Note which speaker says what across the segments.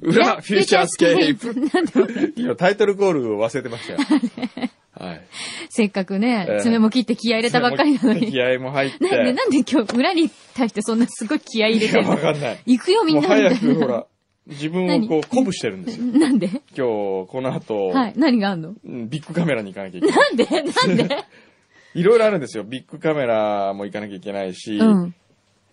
Speaker 1: 裏、フューチャースケープ。
Speaker 2: なんでもね
Speaker 1: 今、タイトルコールを忘れて ましたよ。はい。
Speaker 2: せっかく
Speaker 1: え
Speaker 2: ね
Speaker 1: え、
Speaker 2: 爪も切って気合入れたばっかりなのに。
Speaker 1: 気合も入って。
Speaker 2: なんで、なんで今日、村に対してそんなすごい気合入れ
Speaker 1: い
Speaker 2: て
Speaker 1: や、
Speaker 2: るの
Speaker 1: わかんない。
Speaker 2: 行くよみ
Speaker 1: もうん
Speaker 2: なみた
Speaker 1: 早
Speaker 2: い
Speaker 1: く、ほ
Speaker 2: な。
Speaker 1: ら、自分をこう、鼓舞してるんですよ。
Speaker 2: なんで
Speaker 1: 今日、この後、
Speaker 2: はい。何があんの
Speaker 1: うんビッグカメラに行かなきゃいけない。
Speaker 2: なんでなんで
Speaker 1: いろいろあるんですよ。ビッグカメラも行かなきゃいけないし、
Speaker 2: うん。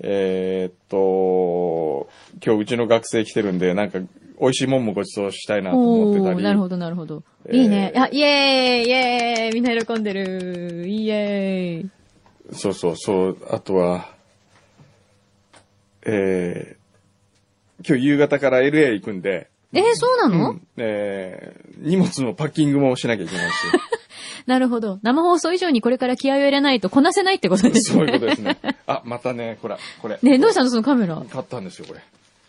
Speaker 1: えーっと、今日うちの学生来てるんで、なんか、美味しいもんもごちそうしたいなと思
Speaker 2: お
Speaker 1: ってた
Speaker 2: ー、
Speaker 1: り。
Speaker 2: なるほど、なるほど。
Speaker 1: えー
Speaker 2: いいね。あ、イエーイイエーイみんな喜んでるイエーイ
Speaker 1: そうそうそう。あとは、えー、今日夕方から LA 行くんで、
Speaker 2: えー、そうなの、
Speaker 1: えー、荷物のパッキングもしなきゃい けない
Speaker 2: なるほど。生放送以上にこれから気合を入れないとこなせないってことで
Speaker 1: し、
Speaker 2: す
Speaker 1: そういう
Speaker 2: ね。
Speaker 1: ことですね。あ、またね、ほら、これ。
Speaker 2: ねえどうしたのそのカメラ。
Speaker 1: 買ったんですよ、これ。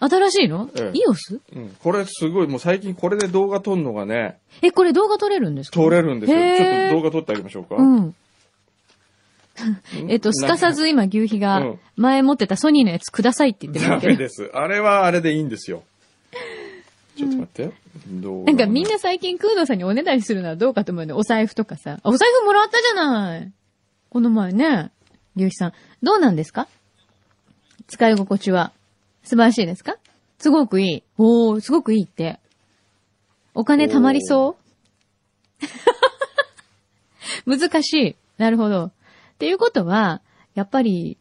Speaker 2: 新しいの、
Speaker 1: ええ
Speaker 2: イオス
Speaker 1: うん。これすごい、もう最近これで動画撮るのがね、
Speaker 2: え、これ動画撮れるんですか
Speaker 1: 撮れるんですよ。
Speaker 2: へー
Speaker 1: ちょっと動画撮ってあげましょうか。
Speaker 2: うん。えっと、すかさ
Speaker 1: ず。
Speaker 2: ず今、牛皮
Speaker 1: う
Speaker 2: が
Speaker 1: ん、
Speaker 2: 前持ってたソニーのやつくださいって言って
Speaker 1: ダ
Speaker 2: ます
Speaker 1: メ
Speaker 2: けど。
Speaker 1: です。あれはあれでいいんですよ。ちょっと待って。動
Speaker 2: な
Speaker 1: 画
Speaker 2: んかみんな最近、クードさんにおねだりするのはどうかと思うね。お財布とかさ。あお財布もらったじゃないこの前ね。牛皮さん。どうなんですか使い心地は。素晴らしいですかすごくいい。おー、すごくいいって。お金貯まりそう 難しい。なるほど。っていうことは、やっぱり、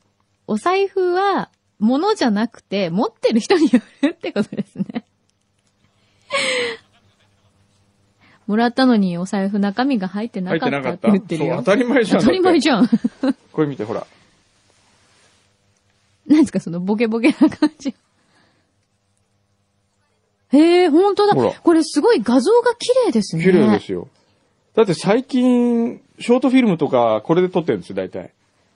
Speaker 2: お財布は、物じゃなくて、持ってる人によるってことです ね。もらったのにお財布中身が入ってな
Speaker 1: 入っ
Speaker 2: か
Speaker 1: て
Speaker 2: っ
Speaker 1: な
Speaker 2: た
Speaker 1: か
Speaker 2: っ
Speaker 1: ってた。
Speaker 2: 言ってる
Speaker 1: そう
Speaker 2: よ
Speaker 1: 当。たり前じゃん。
Speaker 2: 当たり前じゃ
Speaker 1: ゃん。
Speaker 2: ん。
Speaker 1: これ見て、ほら。
Speaker 2: 何ですかそのボケボケな感じ。へえ、本当だ
Speaker 1: ほら。
Speaker 2: これすごい画像が綺麗ですね。
Speaker 1: 綺麗ですよ。だって最近、ショートフィルムとか、これで撮ってるんですよ、大体。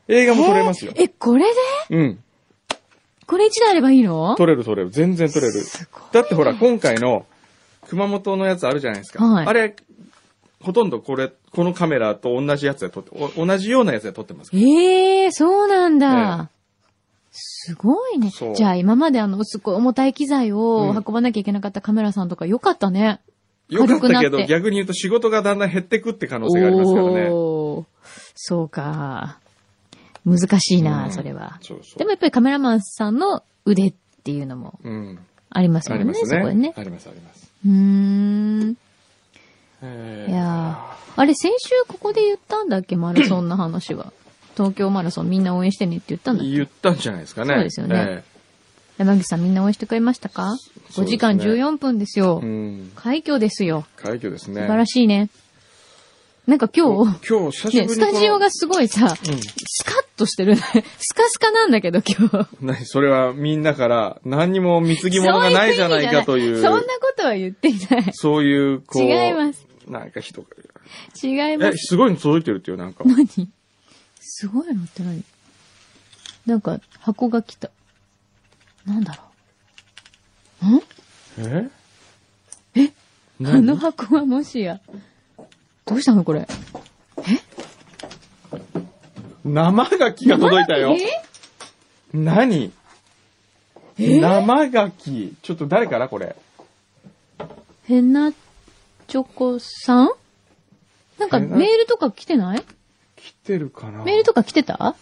Speaker 1: 映画も撮れますよ
Speaker 2: へ。ええ、これで
Speaker 1: うん。
Speaker 2: これ一台あればいいの
Speaker 1: 撮れる撮れる。全然撮れる。だってほら、今回の、熊本のやつあるじゃないですか。
Speaker 2: はい
Speaker 1: あれ、ほとんどこれ、このカメラと同じやつで撮って、お同じようなやつで撮ってますから。
Speaker 2: ええそうなんだ。すごいね。
Speaker 1: そう
Speaker 2: じゃあ今まであの、すごい重たい機材を
Speaker 1: うん
Speaker 2: 運ばなきゃいけなかったカメラさんとかよかったね。
Speaker 1: よかったけど
Speaker 2: 軽くなって、
Speaker 1: 逆に言うと仕事がだんだん減ってくって可能性がありますからね。
Speaker 2: おーそうか。難しいな、
Speaker 1: うん
Speaker 2: それは。
Speaker 1: そうそ
Speaker 2: で
Speaker 1: う
Speaker 2: も。やっぱりカメラマンさんの腕っていうのも
Speaker 1: うん。
Speaker 2: あります
Speaker 1: あ
Speaker 2: も
Speaker 1: り
Speaker 2: ん
Speaker 1: ま
Speaker 2: ね、
Speaker 1: す
Speaker 2: そこでね
Speaker 1: ね。。あります、あります。
Speaker 2: うーん。
Speaker 1: え
Speaker 2: い
Speaker 1: ー
Speaker 2: やーあれ、先週ここで言ったんだっけ、マラソンの話は。東京マラソンみんな応援してねって言ったんだっけ。
Speaker 1: 言ったんじゃないですかね。
Speaker 2: そうですよね
Speaker 1: え
Speaker 2: 山口さんみんな応援してくれましたか
Speaker 1: す
Speaker 2: ?5
Speaker 1: ね
Speaker 2: 時間14分ですよ。
Speaker 1: えうん。
Speaker 2: 快挙ですよ。
Speaker 1: 快挙ですね。
Speaker 2: 素晴ら
Speaker 1: しい。
Speaker 2: しいね。なんか今日、
Speaker 1: 今日、久しぶり
Speaker 2: ね、
Speaker 1: にこ
Speaker 2: ス
Speaker 1: の。
Speaker 2: タジオがすごいさ、スカッとしてるね。 スカスカなんだけど今日。
Speaker 1: うん。何それはみんなから何にも貢ぎ物がないじゃないかという。
Speaker 2: そんなことは言っていない。
Speaker 1: そういう、こう。
Speaker 2: 違います。
Speaker 1: なんか人が。
Speaker 2: 違いま
Speaker 1: え、
Speaker 2: す。
Speaker 1: すごいの届いてるってよ、なんか。
Speaker 2: 何すごいのって何なんか箱が来た。なんだろうん
Speaker 1: ええ
Speaker 2: この箱はもしや。どうしたのこれ。
Speaker 1: 生ガキが届いたよ。
Speaker 2: え
Speaker 1: 何
Speaker 2: え
Speaker 1: 生ガキ。ちょっと誰からこれ。
Speaker 2: へなチョコさんなんか
Speaker 1: へな
Speaker 2: メールとか来てない
Speaker 1: 来てるかな
Speaker 2: メールとか来てた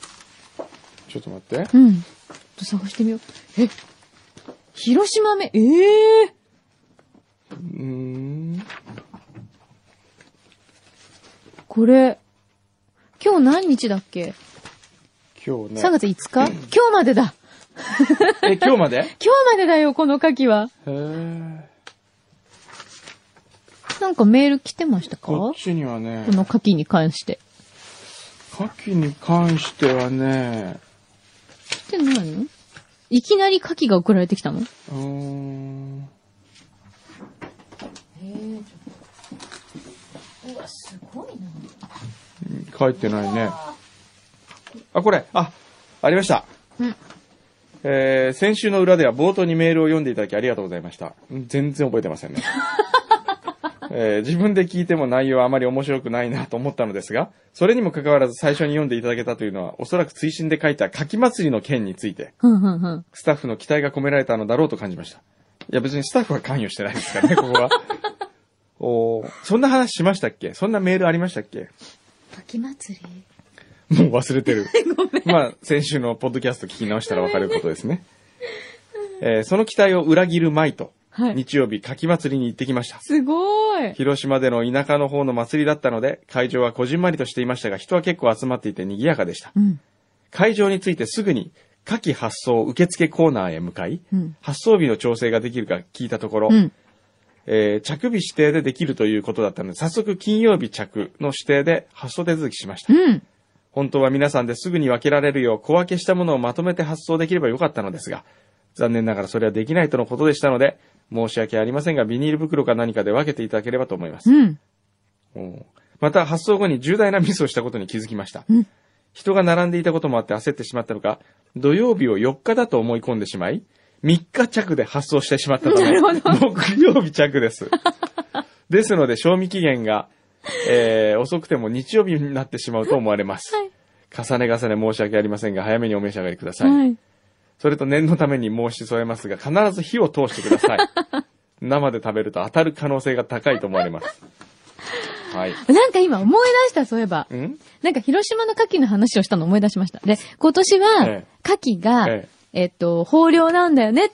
Speaker 1: ちょっと待っ
Speaker 2: う
Speaker 1: て。
Speaker 2: ん。ちょっと探してみよう。え広島め、ええ
Speaker 1: うーん。
Speaker 2: これ、今日何日だっけ
Speaker 1: 今日ね。
Speaker 2: 3月5日、今日までだ
Speaker 1: え、今日 まで
Speaker 2: 今日までだよ、この牡蠣は。
Speaker 1: へー
Speaker 2: なんかメール来てましたか
Speaker 1: こ
Speaker 2: こ
Speaker 1: っちにはね、
Speaker 2: の牡蠣に関して。
Speaker 1: 牡蠣に関してはね、
Speaker 2: 来てないのいきなり牡蠣が送られてきたの
Speaker 1: うーん。
Speaker 2: うわ、すごいな。
Speaker 1: 書いてないね。あ、これ、あ、ありました。
Speaker 2: うん
Speaker 1: えー、先週の裏では冒頭にメールを読んでいただきありがとうございました。うん全然覚えてませんね。えー自分で聞いても内容はあまり面白くないなと思ったのですが、それにもかかわらず最初に読んでいただけたというのは、おそらく追伸で書いた書き祭りの件について、
Speaker 2: ふんふんふん。
Speaker 1: スタッフの期待が込められたのだろうと感じました。いや別にスタッフは関与してないですからね、ここは。おーそんな話しましたっけそんなメールありましたっけ
Speaker 2: 滝祭り
Speaker 1: もう忘れてる。
Speaker 2: ごめん。
Speaker 1: まあ、先週のポッドキャスト聞き直したらわかることですね。えーその期待を裏切るまいと、
Speaker 2: はい
Speaker 1: 日曜日、柿祭りに行ってきました。
Speaker 2: すごい。
Speaker 1: 広島での田舎の方の祭りだったので、会場はこじんまりとしていましたが、人は結構集まっていて賑やかでした
Speaker 2: う。ん。
Speaker 1: 会場についてすぐに、夏季発送受付コーナーへ向かい、
Speaker 2: うん
Speaker 1: 発送日の調整ができるか聞いたところ、
Speaker 2: うん。
Speaker 1: えー着日指定でできるということだったので、早速金曜日着の指定で発送手続きしました。
Speaker 2: うん。
Speaker 1: 本当は皆さんですぐに分けられるよう小分けしたものをまとめて発送できればよかったのですが、残念ながらそれはできないとのことでしたので、申し訳ありませんが、ビニール袋か何かで分けていただければと思います。
Speaker 2: うん。
Speaker 1: うんまた、発送後に重大なミスをしたことに気づきました。
Speaker 2: うん
Speaker 1: 人が並んでいたこともあって焦ってしまったのか、土曜日を4日だと思い込んでしまい、3日着で発送してしまったため、
Speaker 2: なるほ
Speaker 1: 木曜日 着です。ですので、賞味期限が、えー遅くても日曜日になってしまうと思われます。
Speaker 2: はい。
Speaker 1: 重ね重ね申し訳ありませんが、早めにお召し上がりください。
Speaker 2: はい。
Speaker 1: それと念のために申し添えますが、必ず火を通してく ださい。生で食べると当たる可能性が高いと思われます。 はい。
Speaker 2: なんか今思い出した、そういえば。
Speaker 1: ん
Speaker 2: なんか広島の牡蠣の話をしたの思い出しました。で、今年は
Speaker 1: え、
Speaker 2: 牡蠣が、
Speaker 1: え
Speaker 2: えっと、豊漁なんだよねっ、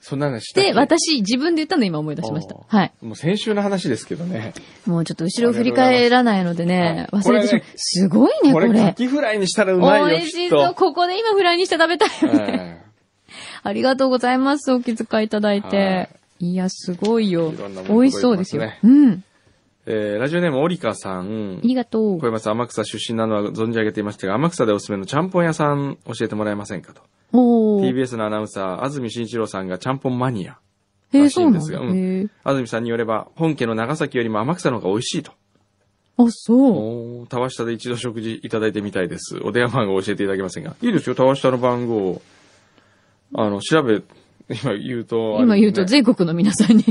Speaker 1: そんな話したってけ
Speaker 2: 私、自分で言ったの今思い出しました
Speaker 1: おー。
Speaker 2: はい。
Speaker 1: もう先週の話ですけどね。
Speaker 2: もうちょっと後ろを振り返らないのでね、
Speaker 1: ありが
Speaker 2: 忘
Speaker 1: とうござい
Speaker 2: れ
Speaker 1: ま
Speaker 2: て
Speaker 1: す
Speaker 2: しまう。すごいね、こ
Speaker 1: これ、カ
Speaker 2: れ。
Speaker 1: キフライにしたらうまい
Speaker 2: 美
Speaker 1: よ、
Speaker 2: 味し
Speaker 1: きっ
Speaker 2: そう。
Speaker 1: と。
Speaker 2: ここで今フライにして食べたいよね。
Speaker 1: え
Speaker 2: ありがとうございます。お気遣いいただいて。いや、すごいよ
Speaker 1: いろんな。もの
Speaker 2: 美味しそうですよ
Speaker 1: 届い。て
Speaker 2: うん。
Speaker 1: ええーラジオネーム、オリカさん
Speaker 2: あ。りがとう
Speaker 1: 小。山さん、天草出身なのは存じ上げていましたが、天草でおすすめのちゃんぽん屋さん教えてもらえませんかと。
Speaker 2: おー。
Speaker 1: TBS のアナウンサー、安住慎一郎さんがちゃんぽんマニア。
Speaker 2: へ
Speaker 1: ら
Speaker 2: え、
Speaker 1: しい
Speaker 2: そうん
Speaker 1: で
Speaker 2: な
Speaker 1: すが
Speaker 2: のへえ。
Speaker 1: 安住さんによれば、本家の長崎よりも天草の方が美味しいと。
Speaker 2: あ、そう。
Speaker 1: おー、たわしたで一度食事いただいてみたいです。お電話番号を教えていただけませんが。いいですよ、たわしたの番号を。あの、調べ、今言うと、あれ
Speaker 2: 今言うと
Speaker 1: ね
Speaker 2: 全国の皆さんに。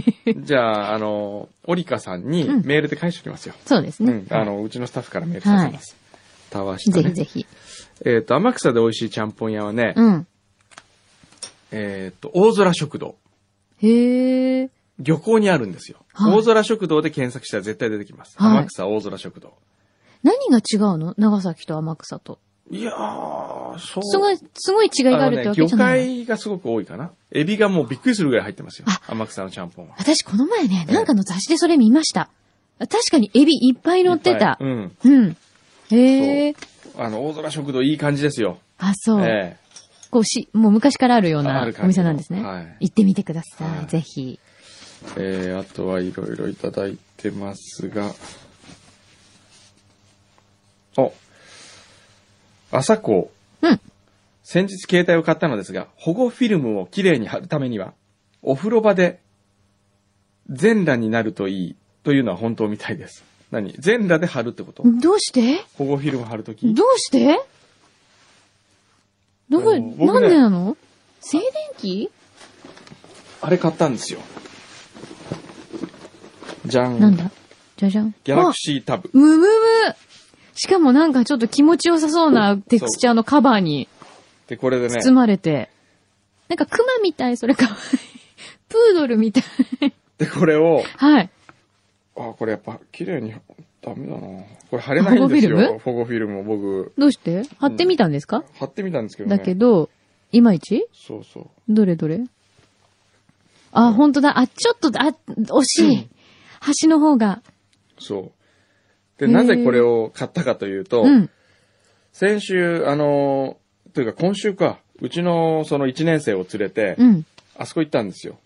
Speaker 1: じゃあ、あの、オリカさんに
Speaker 2: うん
Speaker 1: メールで返しておきますよ。
Speaker 2: そうです
Speaker 1: うん、
Speaker 2: ね。
Speaker 1: あ の、うちのスタッフからメールさせます。たわした、
Speaker 2: ぜ
Speaker 1: ね。
Speaker 2: ひぜひ。
Speaker 1: えっ、と、天草で美味しいちゃんぽん屋はね、
Speaker 2: うん。
Speaker 1: えっ、と、大空食堂。
Speaker 2: へえ。
Speaker 1: 漁港にあるんですよ。
Speaker 2: はい
Speaker 1: 大空食堂で検索したら絶対出てきます。
Speaker 2: はい
Speaker 1: 天草大空食堂。
Speaker 2: 何が違うの長崎と天草と。
Speaker 1: いやー、そう。
Speaker 2: すごい、すごい違いがあるってわけじゃ
Speaker 1: あの
Speaker 2: ない
Speaker 1: ね、魚。介がすごく多いかな。エビがもうびっくりするぐらい入ってますよ
Speaker 2: あ。
Speaker 1: 天草のちゃんぽんは。
Speaker 2: 私この前ね、なんかの雑誌でそれ見ました。確かにエビいっぱい乗ってた
Speaker 1: いぱ。いうん。
Speaker 2: うん。へえ。
Speaker 1: あの、大空食堂いい感じですよ。
Speaker 2: あ、そう。
Speaker 1: え
Speaker 2: こうし、もう昔からあるよう
Speaker 1: あ
Speaker 2: な
Speaker 1: る感じの
Speaker 2: お店なんですね
Speaker 1: はい。
Speaker 2: 行ってみてくだ
Speaker 1: は
Speaker 2: さ
Speaker 1: い
Speaker 2: い。ぜひ。
Speaker 1: ええーあとはいろいろいただいてますが。お。朝子。
Speaker 2: うん。
Speaker 1: 先日携帯を買ったのですが、保護フィルムをきれいに貼るためには、お風呂場で全裸になるといいというのは本当みたいです。何全裸で貼るってこと
Speaker 2: どうして
Speaker 1: 保護フィルム貼るとき
Speaker 2: どうしてど
Speaker 1: あ
Speaker 2: う、
Speaker 1: の僕ね
Speaker 2: なんでなの静電気
Speaker 1: あれ買ったんですよ。じゃん。
Speaker 2: なんだじゃじゃん。
Speaker 1: ギャラ
Speaker 2: あ
Speaker 1: クシータブ。
Speaker 2: むむむしかもなんかちょっと気持ちよさそうなテクスチャーのカバーに
Speaker 1: で、これでね、
Speaker 2: 包まれて。なんかクマみたい、それ かわいい。プードルみたい。
Speaker 1: で、これを、
Speaker 2: はい。
Speaker 1: あ、これやっぱ綺麗に、ダメだなこれ貼れないんですよ。保護フィルムを僕、
Speaker 2: どうして貼ってみたんですか、
Speaker 1: 貼ってみたんですけどね。
Speaker 2: だけど、いまいち
Speaker 1: そうそう。
Speaker 2: どれどれあ、本当だ。あ、ちょっと、あ、惜しい。端の方が。
Speaker 1: そう。で、
Speaker 2: へー
Speaker 1: なぜこれを買ったかというと、
Speaker 2: うん。
Speaker 1: 先週、あの、というか今週か、うちのその1年生を連れて、
Speaker 2: うん。
Speaker 1: あそこ行ったんですよ。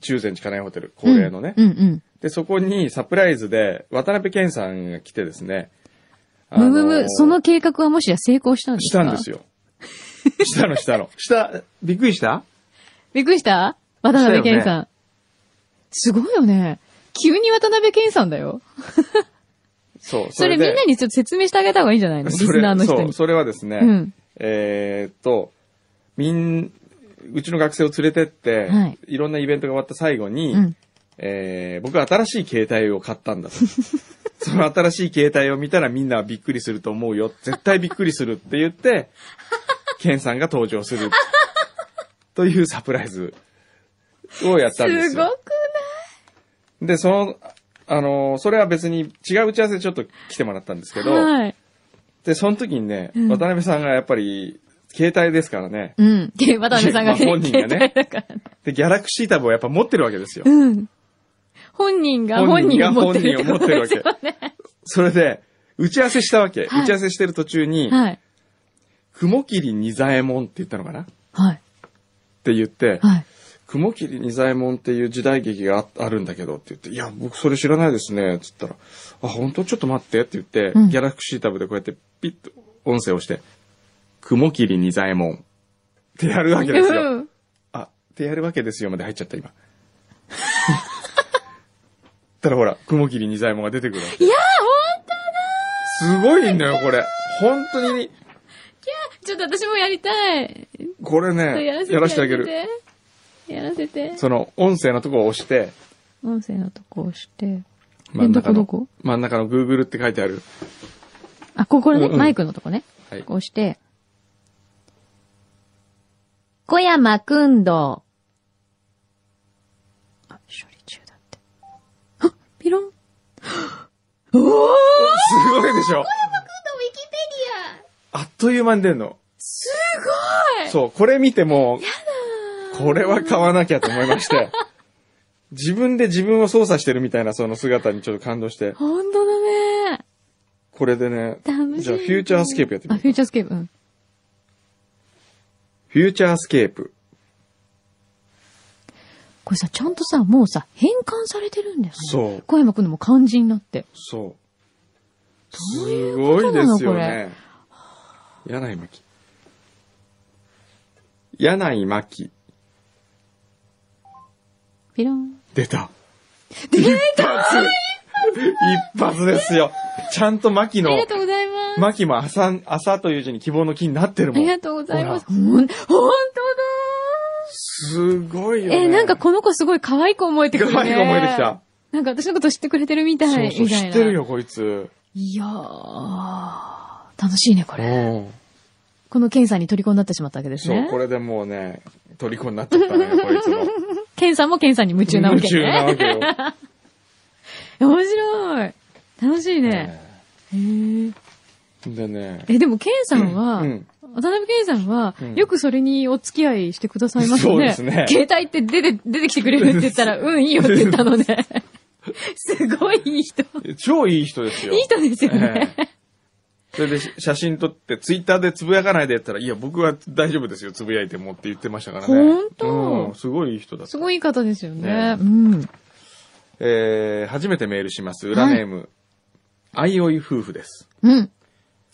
Speaker 1: 中禅寺金井ホテル、恒例のね。
Speaker 2: うんうん。
Speaker 1: で、そこにサプライズで渡辺謙さんが来てですね。あ
Speaker 2: む
Speaker 1: の
Speaker 2: むむ、その計画はもしや成功したんです
Speaker 1: し
Speaker 2: か
Speaker 1: たんですよ。したの したの。した、びっくりした
Speaker 2: びっくりした渡辺健さん。すごいよね。急に渡辺健さんだよ。
Speaker 1: そう。
Speaker 2: それ
Speaker 1: で
Speaker 2: みんなにちょっと説明してあげた方がいいんじゃないのリ
Speaker 1: そ
Speaker 2: ス
Speaker 1: れ
Speaker 2: ナーの人
Speaker 1: そう、
Speaker 2: に。
Speaker 1: それはですね、
Speaker 2: うん
Speaker 1: えーっと、みん、うちの学生を連れてって、
Speaker 2: はい
Speaker 1: い、ろんなイベントが終わった最後に、
Speaker 2: うん
Speaker 1: えー僕は新しい携帯を買った んだと。その新しい携帯を見たらみんなはびっくりすると思うよ。絶対びっくりするって言って、 ケンさんが登場する。というサプライズをやったんですす
Speaker 2: ご
Speaker 1: よ。
Speaker 2: く
Speaker 1: で、その、あの、それは別に違う打ち合わせでちょっと来てもらったんですけど、
Speaker 2: はい。
Speaker 1: で、その時にね、
Speaker 2: うん
Speaker 1: 渡辺さんがやっぱり、携帯ですからね、
Speaker 2: うん。で、渡辺さんがね、
Speaker 1: まあ本人がね
Speaker 2: 携帯だからね。
Speaker 1: で、ギャラクシータブをやっぱ持ってるわけですよ。
Speaker 2: うん。本人が本人を持ってるってことですよ
Speaker 1: 本
Speaker 2: ね。
Speaker 1: それで、打ち合わせしたわけ。
Speaker 2: はい
Speaker 1: 打ち合わせしてる途中に、
Speaker 2: はい。
Speaker 1: 雲霧仁左衛門って言ったのかなっ
Speaker 2: はい。
Speaker 1: て言って、
Speaker 2: はい。
Speaker 1: 雲霧仁左衛門っていう時代劇がああるんだけどって言って、いや、僕それ知らないですね、つったら、あ、本当ちょっと待ってって言って、
Speaker 2: うん
Speaker 1: ギャラクシータブでこうやってピッと音声を押して、雲霧仁左衛門ってやるわけ ですよ。
Speaker 2: うん
Speaker 1: あ、ってやるわけですよまで入っちゃった、今。たらほら、雲霧仁左衛門が出てくるわけ。いや、本当だすごいんだよ、これ。本当に、
Speaker 2: ちょっと私もやりたい。
Speaker 1: これね、
Speaker 2: やらせて。
Speaker 1: やらせてあげる。。
Speaker 2: やらせて。
Speaker 1: その、音声のとこを押して、
Speaker 2: 音声のとこ押して。
Speaker 1: 真ん中の、
Speaker 2: どこどこ
Speaker 1: 真ん中の Google って書いてある。
Speaker 2: あ、ここね、
Speaker 1: うんうん
Speaker 2: マイクのとこね。
Speaker 1: はい
Speaker 2: こうして。小山くんどう。あ、処理中だって。あ、ピロン。おー
Speaker 1: すごいでしょ
Speaker 2: ウィキペ
Speaker 1: あっという間に出るの。
Speaker 2: すごい
Speaker 1: そう、これ見ても、これは買わなきゃと思いまして。自分で自分を操作してるみたいなその姿にちょっと感動して、
Speaker 2: 本当だね。
Speaker 1: これでね、
Speaker 2: 楽しい。
Speaker 1: じゃあフューチャースケープやって
Speaker 2: あ、
Speaker 1: みよう
Speaker 2: フューチャースケープ。うん。
Speaker 1: フューチャースケープ。
Speaker 2: これさ、ちゃんとさ、もうさ、変換されてるんだよね。
Speaker 1: そう
Speaker 2: 小山くんのも漢字になって。
Speaker 1: そう。すごいですよ
Speaker 2: どういう
Speaker 1: ね。柳井真紀。柳井真紀。
Speaker 2: ピロン。
Speaker 1: 出た。出た一発ですよ。ちゃんとマキ
Speaker 2: あり
Speaker 1: の
Speaker 2: が、とうございます。
Speaker 1: マキも朝、朝という字に希望の木になってる
Speaker 2: あ
Speaker 1: も
Speaker 2: りが
Speaker 1: ん。
Speaker 2: とうございます。ほん、ほんとだ
Speaker 1: すごい
Speaker 2: ー
Speaker 1: よ、ね。
Speaker 2: えー、なんかこの子すごい可愛く思えてくるね。
Speaker 1: 可愛く思えてきた。
Speaker 2: なんか私のこと知ってくれてるみた
Speaker 1: そう
Speaker 2: い、
Speaker 1: そう、
Speaker 2: みた
Speaker 1: 知
Speaker 2: いな。
Speaker 1: ってる。よ、こいつ。
Speaker 2: いやー、楽しいね、これ。
Speaker 1: うん
Speaker 2: この検査に虜になってしまったわけです
Speaker 1: そう、
Speaker 2: ね。
Speaker 1: これでもうね、虜になっちゃったね、こいつ も。
Speaker 2: 検査も検査に夢中なわけ
Speaker 1: 夢中な
Speaker 2: ね。
Speaker 1: わけよ。
Speaker 2: 面白い。楽しいね。
Speaker 1: ね
Speaker 2: へー
Speaker 1: でね、
Speaker 2: え、でも、ケンさんは、
Speaker 1: うん。
Speaker 2: 渡辺ケンさんは、
Speaker 1: うん
Speaker 2: よくそれにお付き合いしてくださいましたね。
Speaker 1: そうですね
Speaker 2: 携帯って出て、出てきてくれるって言っ たら、うん、いいよって言ったので。すごいいい人。
Speaker 1: 超いい人ですよ。
Speaker 2: いい人ですよね。
Speaker 1: ええそれでし写真撮って、ツイッターでつぶやかないでやったら、いや、僕は大丈夫ですよ、つぶやいてもって言ってましたからね。
Speaker 2: ほんと
Speaker 1: うんすごいいい人だった
Speaker 2: す。ごいいい方ですよね。
Speaker 1: ね
Speaker 2: うん。
Speaker 1: えー、初めてメールします。裏ネーム、あいおい夫婦です。
Speaker 2: うん。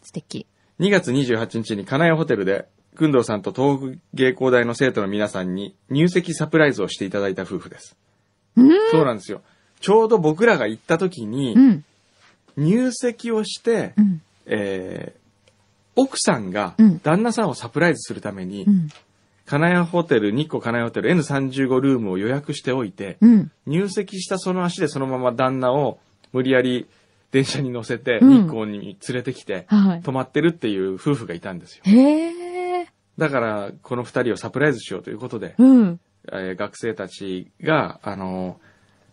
Speaker 2: 素敵。
Speaker 1: 2月28日に金谷ホテルで、くんさんと東北芸工大の生徒の皆さんに入籍サプライズをしていただいた夫婦です。そうなんですよ。ちょうど僕らが行った時に
Speaker 2: う、ん。
Speaker 1: 入籍をして、
Speaker 2: うん。
Speaker 1: えー奥さんが
Speaker 2: うん
Speaker 1: 旦那さんをサプライズするために、
Speaker 2: うん。
Speaker 1: 金谷ホテル、日光金谷ホテル N35 ルームを予約しておいて、
Speaker 2: うん。
Speaker 1: 入籍したその足でそのまま旦那を無理やり電車に乗せて
Speaker 2: うん
Speaker 1: 日光に連れてきて、
Speaker 2: はい。
Speaker 1: 泊まってるっていう夫婦がいたんですよ。
Speaker 2: へえ。
Speaker 1: だから、この二人をサプライズしようということで、
Speaker 2: うん。
Speaker 1: えー学生たちが、あの、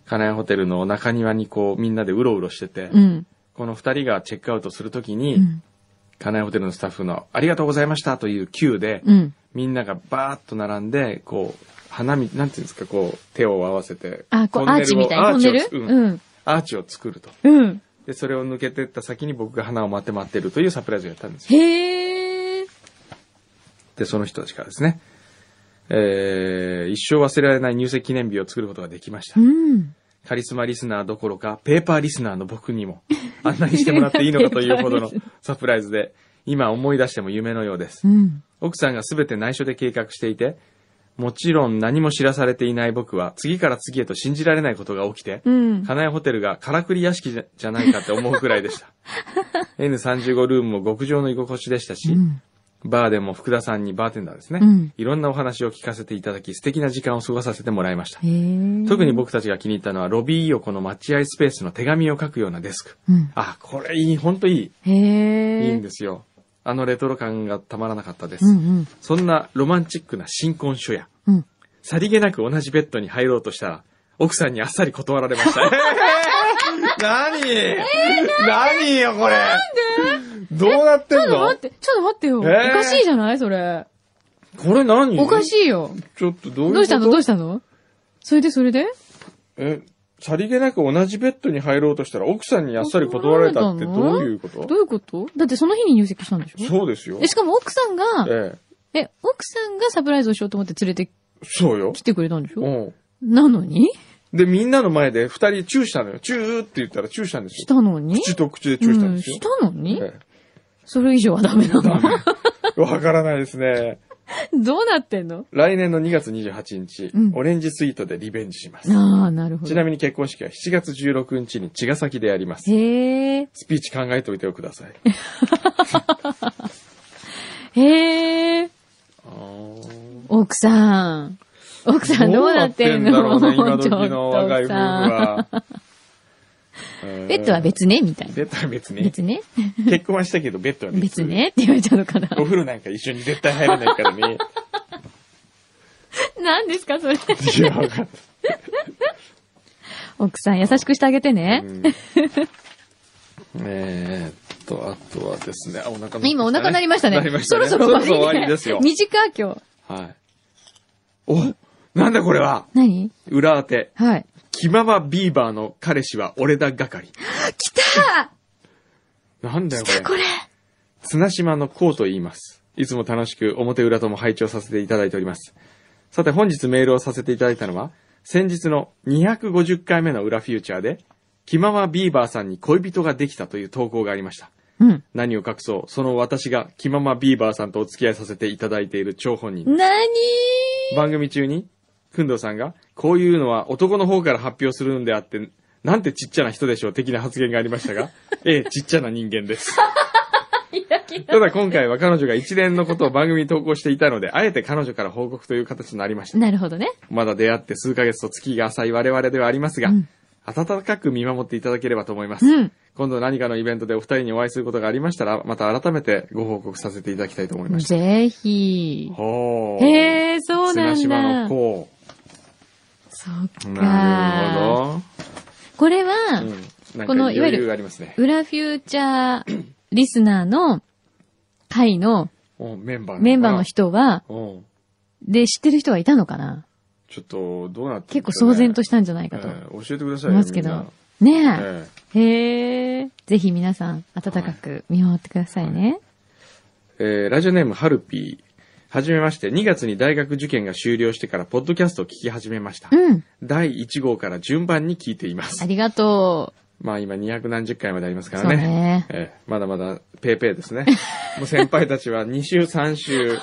Speaker 1: 金谷ホテルの中庭にこうみんなでうろうろしてて、
Speaker 2: うん。
Speaker 1: この二人がチェックアウトするときに、
Speaker 2: うん。
Speaker 1: 金谷ホテルのスタッフのありがとうございましたという Q で、
Speaker 2: うん。
Speaker 1: みんながバーッと並んで、こう、花見、なんていうんですか、こう、手を合わせて、
Speaker 2: あ、こう、
Speaker 1: トン
Speaker 2: アー
Speaker 1: ネルを
Speaker 2: チみたいな。
Speaker 1: ア
Speaker 2: ト
Speaker 1: ー
Speaker 2: ン
Speaker 1: チ
Speaker 2: ネ
Speaker 1: を
Speaker 2: ル
Speaker 1: うん
Speaker 2: うん。
Speaker 1: アーチを作ると。
Speaker 2: うん。
Speaker 1: で、それを抜けてった先に僕が花を待って待ってるというサプライズをやったんですよ。
Speaker 2: へえ。
Speaker 1: で、その人たちからですね、えー、一生忘れられない入籍記念日を作ることができ ました
Speaker 2: う。ん。
Speaker 1: カリスマリスナーどころか、ペーパーリスナーの僕にも、あんなにしてもらっていいのかという ほどのサプライズで、今思い出しても夢のようです
Speaker 2: う。ん。
Speaker 1: 奥さんが全て内緒で計画していて、もちろん何も知らされていない僕は、次から次へと信じられないことが起きて、
Speaker 2: うん。
Speaker 1: 金谷ホテルがからくり屋敷じゃじゃないかって思うくらい でした。N35 ルームも極上の居心地でしたし、
Speaker 2: うん。
Speaker 1: バーでも福田さんにバーテンダーですね、
Speaker 2: うん
Speaker 1: いろんなお話を聞かせていただき、素敵な時間を過ごさせてもらいました。
Speaker 2: へえ。
Speaker 1: 特に僕たちが気に入ったのは、ロビー横の待合スペースの手紙を書くようなデスク。
Speaker 2: うん。
Speaker 1: あ、これいい、ほんとい
Speaker 2: へ
Speaker 1: い。い
Speaker 2: え。
Speaker 1: いんですよ。あのレトロ感がたまらなかったです。
Speaker 2: うんうん。
Speaker 1: そんなロマンチックな新婚書や、
Speaker 2: うん。
Speaker 1: さりげなく同じベッドに入ろうとしたら、奥さんにあっさり断られました。 えー、何、何よ、これ。どうなって
Speaker 2: ちょ
Speaker 1: ん
Speaker 2: っと
Speaker 1: の
Speaker 2: 待って、ちょっと待ってよ。
Speaker 1: え
Speaker 2: お
Speaker 1: ー
Speaker 2: かしいじゃないそれ。
Speaker 1: これ何
Speaker 2: おかし
Speaker 1: い。
Speaker 2: いよ。
Speaker 1: ちょっとどういうこと
Speaker 2: どうしたのどうしたのそれでそれで
Speaker 1: え、さりげなく同じベッドに入ろうとしたら奥さんにあっさり断られたってどういうこと
Speaker 2: どういうことだってその日に入籍したんでしょ
Speaker 1: そうですよ
Speaker 2: え、。しかも奥さんが、
Speaker 1: ええ、
Speaker 2: え、奥さんがサプライズをしようと思って連れて
Speaker 1: そうよ
Speaker 2: 来。てくれたんでし
Speaker 1: う
Speaker 2: ょ
Speaker 1: ん。
Speaker 2: なのに
Speaker 1: で、みんなの前で二人チューしたのよ。チューって言ったらチューしたんです
Speaker 2: し
Speaker 1: よ。
Speaker 2: たのに
Speaker 1: 口と口でチューしたん
Speaker 2: うん
Speaker 1: ですよ
Speaker 2: し。たのに
Speaker 1: え
Speaker 2: それ以上はダメなの
Speaker 1: えわからないですね。
Speaker 2: どうなってんの
Speaker 1: 来年の2月28日、
Speaker 2: うん
Speaker 1: オレンジスイートでリベンジします。
Speaker 2: ああ、なるほど。
Speaker 1: ちなみに結婚式は7月16日に茅ヶ崎でやります。
Speaker 2: へえ、
Speaker 1: スピーチ考えておいてください。
Speaker 2: へえ、
Speaker 1: あー
Speaker 2: 奥さん。奥さんどうなってんの
Speaker 1: どうなってんだろ
Speaker 2: ちょ
Speaker 1: うね、今時
Speaker 2: っ
Speaker 1: の若
Speaker 2: と
Speaker 1: い夫婦
Speaker 2: さ。
Speaker 1: は。えー
Speaker 2: ベッドは別ねみたいな。
Speaker 1: ベッドは別ね。
Speaker 2: 別ね
Speaker 1: 結婚はしたけど、ベッドは別
Speaker 2: 別。ねって言われちゃうのかな。
Speaker 1: お風呂なんか一緒に絶対入らないから ね。
Speaker 2: 何ですか、それ。
Speaker 1: いや、わかん
Speaker 2: 奥さん、優しくしてあげて
Speaker 1: ない
Speaker 2: ね。
Speaker 1: うんえーっと、あとはですね、あ、お腹、
Speaker 2: 今お腹鳴りましたね。
Speaker 1: なりまし
Speaker 2: そ
Speaker 1: たね
Speaker 2: ろそろ終わり,、ね、
Speaker 1: そろそろ終わりですよ
Speaker 2: 短い今日。
Speaker 1: はい。お、なんだこれは
Speaker 2: 何
Speaker 1: 裏当て。
Speaker 2: はい。
Speaker 1: 気ままビーバーの彼氏は俺だ係。
Speaker 2: 来た
Speaker 1: なんだよこ
Speaker 2: 来た
Speaker 1: れ。
Speaker 2: これ
Speaker 1: 綱島のこうと言います。いつも楽しく表裏とも拝聴させていただいております。さて本日メールをさせていただいたのは、先日の250回目の裏フューチャーで、気ままビーバーさんに恋人ができたという投稿がありました。
Speaker 2: うん。
Speaker 1: 何を隠そう、その私が気ままビーバーさんとお付き合いさせていただいている張本人。
Speaker 2: 何
Speaker 1: 番組中に、くんどうさんが、こういうのは男の方から発表するんであって、なんてちっちゃな人でしょう的な発言がありまし たが、ええ、ちっちゃな人間です。ただ今回は彼女が一連のことを番組に投稿していたので、あえて彼女から報告という形になりました。
Speaker 2: なるほどね。
Speaker 1: まだ出会って数ヶ月と月が浅い我々ではありますが、
Speaker 2: うん
Speaker 1: 温かく見守っていただければと思います。
Speaker 2: うん。
Speaker 1: 今度何かのイベントでお二人にお会いすることがありましたら、また改めてご報告させていただきたいと思いました。
Speaker 2: ぜひ。
Speaker 1: ほー。
Speaker 2: へえ、そうなんだ。
Speaker 1: 砂島の子。
Speaker 2: そっか。
Speaker 1: なるほど。
Speaker 2: これは、
Speaker 1: うん、
Speaker 2: このいわゆる
Speaker 1: 余裕がありますね。
Speaker 2: 裏フューチャーリスナーの会の
Speaker 1: うんメンバー
Speaker 2: メンバーの人は、
Speaker 1: 人。うん
Speaker 2: で、知ってる人はいたのかな
Speaker 1: ちょっと、どうなって
Speaker 2: 結構騒然と
Speaker 1: し
Speaker 2: したんじゃない
Speaker 1: た
Speaker 2: かと
Speaker 1: 教えてくださ
Speaker 2: 思い
Speaker 1: いよ
Speaker 2: ますけ
Speaker 1: みん
Speaker 2: ど
Speaker 1: な。
Speaker 2: ね
Speaker 1: え
Speaker 2: え。へえ。ぜひ皆さん、温かく見守ってくださいね。
Speaker 1: ええーラジオネーム、ハルピー。はじめまして、2月に大学受験が終了してから、ポッドキャストを聞き始めました。
Speaker 2: うん。
Speaker 1: 第1号から順番に聞いていま
Speaker 2: あ
Speaker 1: す。
Speaker 2: りがと
Speaker 1: まあ今、2何十回まであります
Speaker 2: う。
Speaker 1: か
Speaker 2: そう
Speaker 1: らね。
Speaker 2: ね。
Speaker 1: ええまだまだペーペーで すね。もう先輩たちは2週、3週、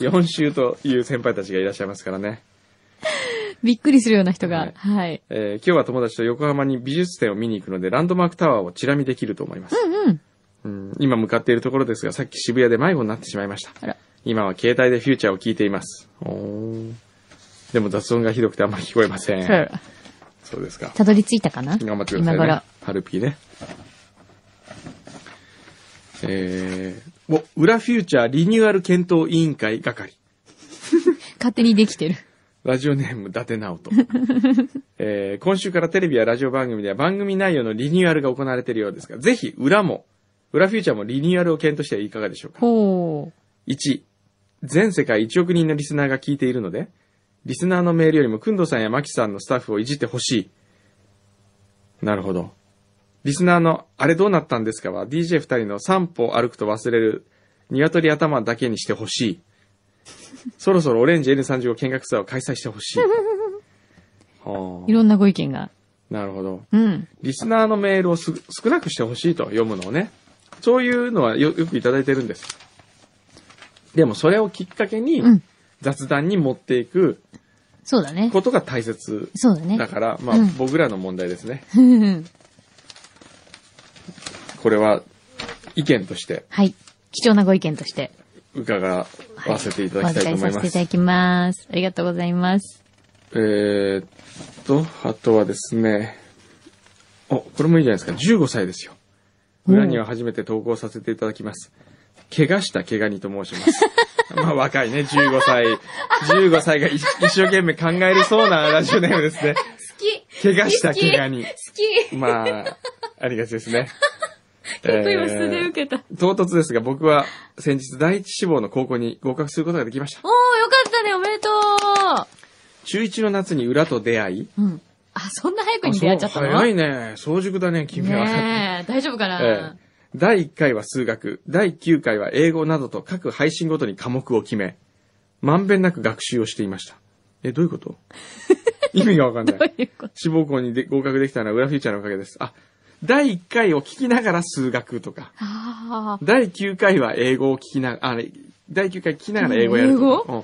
Speaker 1: 4週という先輩たちがいらっしゃいますからね。
Speaker 2: びっくりするような人
Speaker 1: は
Speaker 2: が
Speaker 1: い。
Speaker 2: はい。
Speaker 1: えー今日は友達と横浜に美術展を見に行くので、ランドマークタワーをチラ見できると思います。
Speaker 2: うん。
Speaker 1: うん今向かっているところですが、さっき渋谷で迷子になってしまいました。
Speaker 2: あら。
Speaker 1: 今は携帯でフューチャーを聞いています。おーでも雑音がひどくてあんまり聞こえません。
Speaker 2: そう。
Speaker 1: そうですか。
Speaker 2: たどり着いたかな
Speaker 1: 頑張ってくださ
Speaker 2: 今
Speaker 1: いね
Speaker 2: 頃。
Speaker 1: ハルピーね。えー、お、裏フューチャーリニューアル検討委員会係。
Speaker 2: 勝手にできてる。
Speaker 1: ラジオネーム、伊達 直人。えー今週からテレビやラジオ番組では番組内容のリニューアルが行われているようですが、ぜひ、裏も、裏フューチャーもリニューアルを検討してはいかがでしょうか。
Speaker 2: ほ
Speaker 1: 1、全世界1億人のリスナーが聞いているので、リスナーのメールよりも、くんどさんやまきさんのスタッフをいじってほしい。なるほど。リスナーの、あれどうなったんですかは、DJ 二人の散歩歩くと忘れる、鶏頭だけにしてほしい。そろそろオレンジ N35 見学ツアーを開催してほしい。は
Speaker 2: う。いろんなご意見が。
Speaker 1: あ、なるほど。
Speaker 2: うん。
Speaker 1: リスナーのメールをす少なくしてほしいと読むのをね。そういうのはよよくいただいてるんです。でもそれをきっかけに
Speaker 2: うん
Speaker 1: 雑談に持っていく
Speaker 2: そうだね。
Speaker 1: ことが大切
Speaker 2: そうだね。
Speaker 1: だから、まあ
Speaker 2: うん
Speaker 1: 僕らの問題ですね。
Speaker 2: うん
Speaker 1: これは意見として
Speaker 2: はい。貴重なご意見として。
Speaker 1: 伺わせていただきたいと思い
Speaker 2: お預かりさせ
Speaker 1: ま
Speaker 2: てい
Speaker 1: す
Speaker 2: た。だきます。ありがとうございます。
Speaker 1: えーっと、あとはですね、お、これもいいじゃないですか。15歳ですよ。
Speaker 2: うん
Speaker 1: 裏には初めて投稿させていただきます。怪我した怪我にと申します。 まあ若いね、15歳。15歳が一一生懸命考えるそうなラジオネームですね。
Speaker 2: き。
Speaker 1: 怪我した
Speaker 2: 好き
Speaker 1: 怪我に
Speaker 2: 好。 き。
Speaker 1: まあ、ありがちです ね。
Speaker 2: 結構今、
Speaker 1: えー
Speaker 2: 素手受けた。
Speaker 1: 唐突ですが、僕は先日第一志望の高校に合格することができました。
Speaker 2: おー、よかったね、おめでと
Speaker 1: 中1の夏に裏と出会い。
Speaker 2: う。うん。あ、そんな早くに出会っちゃったの
Speaker 1: あそう早いね。早熟だね、君は。
Speaker 2: ねえ、大丈夫か
Speaker 1: え
Speaker 2: な
Speaker 1: え第1回は数学、第9回は英語などと各配信ごとに科目を決め、まんべんなく学習をしていました。え、どういうこと 意味がわかんな
Speaker 2: ど
Speaker 1: い。
Speaker 2: ういうこと
Speaker 1: 志望校にで合格できたのは裏フューチャーのおかげです。あ、第1回を聞きながら数学とか、
Speaker 2: ああ。
Speaker 1: 第9回は英語を聞きなあ、第9回聞きながら英語やるとか。うん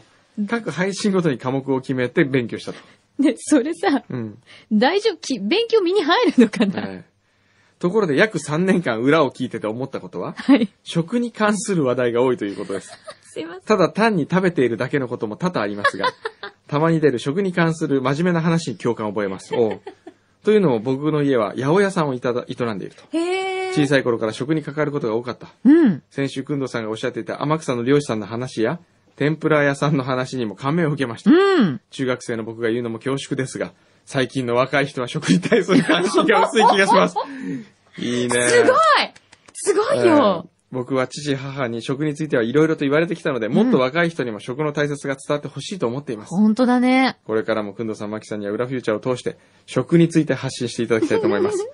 Speaker 1: 各配信ごとに科目を決めて勉強したと。
Speaker 2: ね、それさ、
Speaker 1: うん。
Speaker 2: 大丈夫、き勉強身に入るのかな
Speaker 1: ええところで約3年間裏を聞いてて思ったことは、
Speaker 2: はい。
Speaker 1: 食に関する話題が多いということです。
Speaker 2: すいません。
Speaker 1: ただ単に食べているだけのことも多々ありますが、たまに出る食に関する真面目な話に共感を覚えます。おうというのも僕の家は八百屋さんをいただ営んでいると。
Speaker 2: へえ。
Speaker 1: 小さい頃から食にかかることが多かった。
Speaker 2: うん。
Speaker 1: 先週、くんどさんがおっしゃっていた天草の漁師さんの話や、天ぷら屋さんの話にも感銘を受けました。
Speaker 2: うん。
Speaker 1: 中学生の僕が言うのも恐縮ですが、最近の若い人は食に対する関心が薄い気がし ます。いいね。
Speaker 2: すごいすごいよ
Speaker 1: えー、僕は父母に食についてはいろいろと言われてきたので、もっと若い人にも食の大切が伝わってほしいと思っています。
Speaker 2: ほんとだね。
Speaker 1: これからもくんどさん、まきさんには裏フューチャーを通して、食について発信していただきたいと思 います。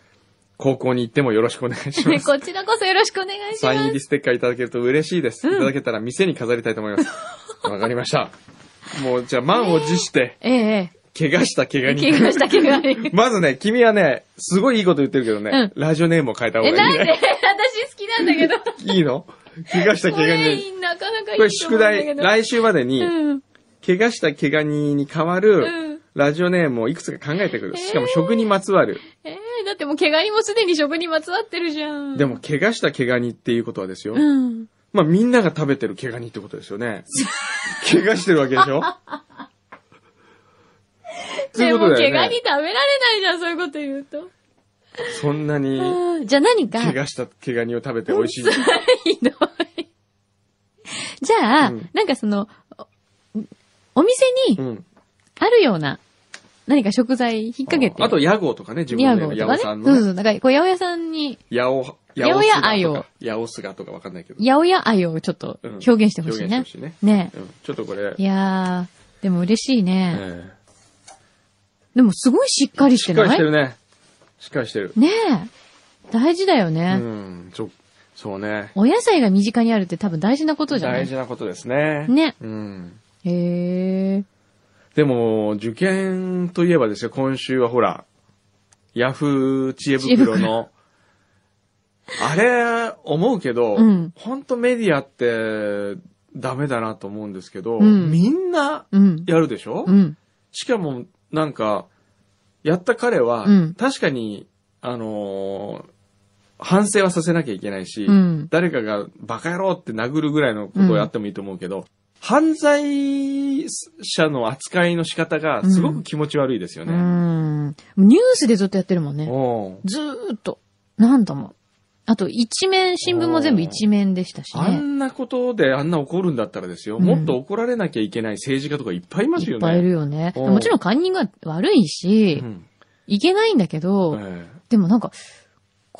Speaker 1: 高校に行ってもよろしくお願いします。
Speaker 2: こちらこそよろしくお願いし
Speaker 1: サイン
Speaker 2: ま
Speaker 1: 入り
Speaker 2: す。
Speaker 1: ステッカーいただけると嬉しいです。
Speaker 2: うん
Speaker 1: いただけたら店に飾りたいと思います。わかりました。もう、じゃあ、満を持 して、
Speaker 2: ええ、
Speaker 1: 怪我した怪我
Speaker 2: ええ。
Speaker 1: に。
Speaker 2: 怪我した怪我 に。
Speaker 1: まずね、君はね、すごいいいこと言ってるけどね、ラジオネームを変えた方が
Speaker 2: え、
Speaker 1: いい、
Speaker 2: なんで
Speaker 1: ね。
Speaker 2: 私好きなんだ けど。
Speaker 1: いいの怪我した
Speaker 2: こ
Speaker 1: 怪我
Speaker 2: れ
Speaker 1: に。
Speaker 2: なかなかいい
Speaker 1: これ
Speaker 2: と思
Speaker 1: 宿
Speaker 2: うんだけ
Speaker 1: 題、
Speaker 2: ど。
Speaker 1: 来週までに、
Speaker 2: うん。
Speaker 1: 怪我した怪我人に変わ
Speaker 2: うん
Speaker 1: る、ラジオネームをいくつか考えてくる。しかも食にまつわる。
Speaker 2: ええ、だってもう怪我にもすでに食にまつわってるじゃん。
Speaker 1: でも、。怪我した怪我人っていうことはですよ。
Speaker 2: うん。
Speaker 1: まあ、みんなが食べてる怪我人ってことですよね。怪我してるわけでしょと い
Speaker 2: で
Speaker 1: うこ
Speaker 2: も
Speaker 1: と
Speaker 2: 怪我
Speaker 1: だよ
Speaker 2: に食。
Speaker 1: ね
Speaker 2: べられないじゃん、そういうこと言うと。
Speaker 1: そんなに、
Speaker 2: うんじゃあ何か、
Speaker 1: 怪我した怪我人を食べて美味しい。
Speaker 2: ひどい。じゃあ、
Speaker 1: うん
Speaker 2: なんかその、おお店
Speaker 1: う
Speaker 2: に
Speaker 1: ん。
Speaker 2: あるような、何か食材引っ掛けて。
Speaker 1: あと、、屋号とかね、自分
Speaker 2: ヤ
Speaker 1: の
Speaker 2: ゴ
Speaker 1: ね
Speaker 2: と
Speaker 1: 八
Speaker 2: か
Speaker 1: 百
Speaker 2: ね。
Speaker 1: さ
Speaker 2: そ
Speaker 1: ん
Speaker 2: う
Speaker 1: のね。
Speaker 2: そう。だから、こう、八百屋さんに、
Speaker 1: 八百、八
Speaker 2: 百屋あ
Speaker 1: 屋
Speaker 2: よ
Speaker 1: とか。八百すがとかわかんないけど。
Speaker 2: 八百屋愛をちょっと
Speaker 1: うん
Speaker 2: 表現してほしいね
Speaker 1: 表現してほしいね。
Speaker 2: ね
Speaker 1: うんちょっとこれ
Speaker 2: え。い、やー、でも嬉しい
Speaker 1: え
Speaker 2: ね。
Speaker 1: え
Speaker 2: でもすごいしっかりし
Speaker 1: してっかり
Speaker 2: な
Speaker 1: して
Speaker 2: い
Speaker 1: るね。しっかりしてる。
Speaker 2: ねえ。大事だよ
Speaker 1: う
Speaker 2: ね。
Speaker 1: ん、そ、そうね。
Speaker 2: お野菜が身近にあるって多分大事なことじゃな
Speaker 1: 大
Speaker 2: い
Speaker 1: 事なことですね。
Speaker 2: ね。
Speaker 1: うん。
Speaker 2: へえ。
Speaker 1: でも、受験といえばですよ、今週はほら、ヤフー知恵袋の、あれ、思うけど、
Speaker 2: うん
Speaker 1: ほんとメディアって、ダメだなと思うんですけ
Speaker 2: う
Speaker 1: ど、
Speaker 2: ん
Speaker 1: みんな、
Speaker 2: うん。
Speaker 1: やるでしょ、
Speaker 2: うん。
Speaker 1: しかも、なんか、やった彼は、
Speaker 2: うん
Speaker 1: 確かに、あのー反省はさせなきゃいけないし、
Speaker 2: うん。
Speaker 1: 誰かがバカ野郎って殴るぐらいのことをやってもいいと思うけど、犯罪者の扱いの仕方がすごく気持ち悪いですよ
Speaker 2: う
Speaker 1: ね。
Speaker 2: ん。ニュースでずっとやってるもんね。
Speaker 1: おう
Speaker 2: ずーっと。何度も。あと、一面、新聞も全部一面でしたし
Speaker 1: あ
Speaker 2: ね。
Speaker 1: んなことであんな怒るんだったらですよ、
Speaker 2: うん
Speaker 1: もっと怒られなきゃいけない政治家とかいっぱいいます
Speaker 2: い
Speaker 1: よ
Speaker 2: っ
Speaker 1: ね。
Speaker 2: ぱいいるよね。
Speaker 1: うん
Speaker 2: もちろん堪忍が悪いし
Speaker 1: う、ん
Speaker 2: いけないんだけど、
Speaker 1: え
Speaker 2: でもなんか、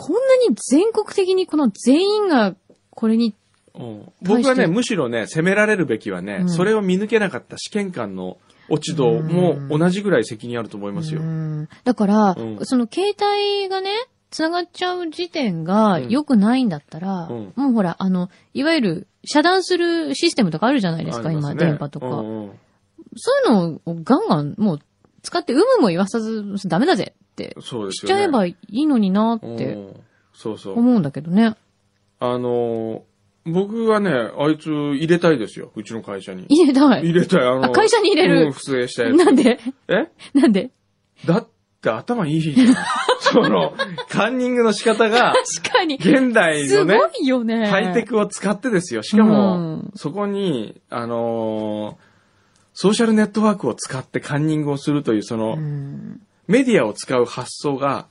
Speaker 2: こんなに全国的にこの全員がこれに、
Speaker 1: えうん僕は
Speaker 2: 対して
Speaker 1: ね、むしろね、責められるべきはね、
Speaker 2: うん
Speaker 1: それを見抜けなかった試験官の落ち度も同じぐらい責任あると思いますよ
Speaker 2: う。んだから、
Speaker 1: うん
Speaker 2: その携帯がね、繋がっちゃう時点が
Speaker 1: うん
Speaker 2: 良くないんだったら、
Speaker 1: うん
Speaker 2: もうほら、あの、いわゆる遮断するシステムとかあるじゃないですか、
Speaker 1: あり
Speaker 2: 今、
Speaker 1: ますね
Speaker 2: 電波とか。
Speaker 1: うんうん
Speaker 2: そういうのをガンガンもう使って、有無も言わさず、ダメだぜって、
Speaker 1: そうです
Speaker 2: し
Speaker 1: よ
Speaker 2: ち
Speaker 1: ね。
Speaker 2: ゃえばいいのになっ
Speaker 1: う
Speaker 2: て
Speaker 1: んそうそう。
Speaker 2: 思うんだけどね。
Speaker 1: あのー僕はね、あいつ入れたいですよ。うちの会社に。
Speaker 2: 入れたい。
Speaker 1: 入れたい。あの
Speaker 2: あ、会社に入れ
Speaker 1: うん、
Speaker 2: る。
Speaker 1: 不正したやつ。
Speaker 2: なんで
Speaker 1: え
Speaker 2: なんで
Speaker 1: だって頭いいじゃん。その、カンニングの仕方が、
Speaker 2: 確かに。
Speaker 1: 現代
Speaker 2: す
Speaker 1: の
Speaker 2: ご
Speaker 1: ね、
Speaker 2: いよね。
Speaker 1: ハイテクを使ってですよ。しかも、
Speaker 2: うん
Speaker 1: そこに、あのーソーシャルネットワークを使ってカンニングをするという、そ
Speaker 2: う
Speaker 1: の、
Speaker 2: ん
Speaker 1: メディアを使う発想が、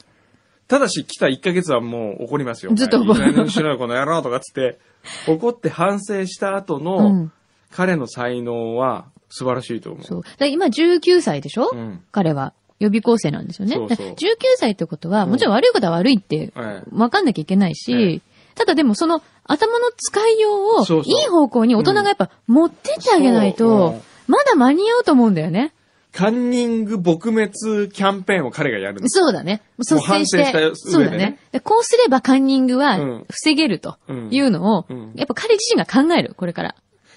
Speaker 1: ただし来た1ヶ月はもう怒りますよ。
Speaker 2: ずっと怒
Speaker 1: 怒
Speaker 2: る
Speaker 1: る。何しろよ、この野郎とかっつって、怒って反省した後の、
Speaker 2: うん
Speaker 1: 彼の才能は素晴らしいと思う。
Speaker 2: そう。だから今19歳でしょ、
Speaker 1: うん。
Speaker 2: 彼は。予備校生なんですよね。
Speaker 1: そうそ
Speaker 2: だ
Speaker 1: う
Speaker 2: から19歳ってことは、
Speaker 1: うん
Speaker 2: もちろん悪いことは悪いって
Speaker 1: ええ、
Speaker 2: わかんなきゃいけないし、
Speaker 1: え
Speaker 2: ただでもその頭の使いようを、
Speaker 1: そうそう
Speaker 2: いい方向に大人がやっぱ持ってってあげない
Speaker 1: そうう
Speaker 2: と
Speaker 1: ん、
Speaker 2: まだ間に合うと思うんだよね。
Speaker 1: カンニング撲滅キャンペーンを彼がやるんです。
Speaker 2: そうだね。もう率先して。
Speaker 1: もう反省した
Speaker 2: そう
Speaker 1: 上でね
Speaker 2: だねでこうすればカンニング
Speaker 1: う
Speaker 2: は
Speaker 1: ん
Speaker 2: 防げると
Speaker 1: うん
Speaker 2: いうのを、
Speaker 1: うん
Speaker 2: やっぱ彼自身が考える、これから。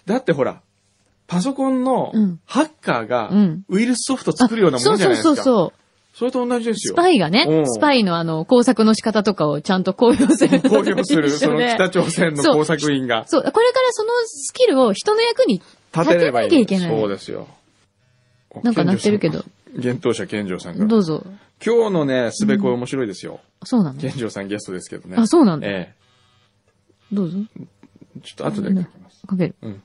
Speaker 1: だってほら、パソコンの
Speaker 2: うん
Speaker 1: ハッカーが
Speaker 2: うん
Speaker 1: ウイルスソフト作るようなも
Speaker 2: そ
Speaker 1: の
Speaker 2: う
Speaker 1: じゃ
Speaker 2: そう
Speaker 1: ないですか。
Speaker 2: そうそう。
Speaker 1: それと同じです
Speaker 2: ス
Speaker 1: よ。
Speaker 2: パイがね、
Speaker 1: うん
Speaker 2: スパイのあの、工作の仕方とかをちゃんと公表する。
Speaker 1: 公表する、
Speaker 2: 一
Speaker 1: そ
Speaker 2: 緒
Speaker 1: の
Speaker 2: で
Speaker 1: 北朝鮮の
Speaker 2: そう
Speaker 1: 工作員が
Speaker 2: そう、これからそのスキルを人の役に
Speaker 1: 立てればいい。
Speaker 2: 立てなきゃいけない
Speaker 1: そうですよ。
Speaker 2: なんか鳴ってるけど。
Speaker 1: 現当者健城さんが。
Speaker 2: どうぞ。
Speaker 1: 今日のね、すべこ面白いですよ。
Speaker 2: そうなの
Speaker 1: 健城さんゲストですけどね。
Speaker 2: あ、そうなんだ。
Speaker 1: え
Speaker 2: どうぞ。
Speaker 1: え。ちょっと後で書きます。
Speaker 2: かける。
Speaker 1: うん。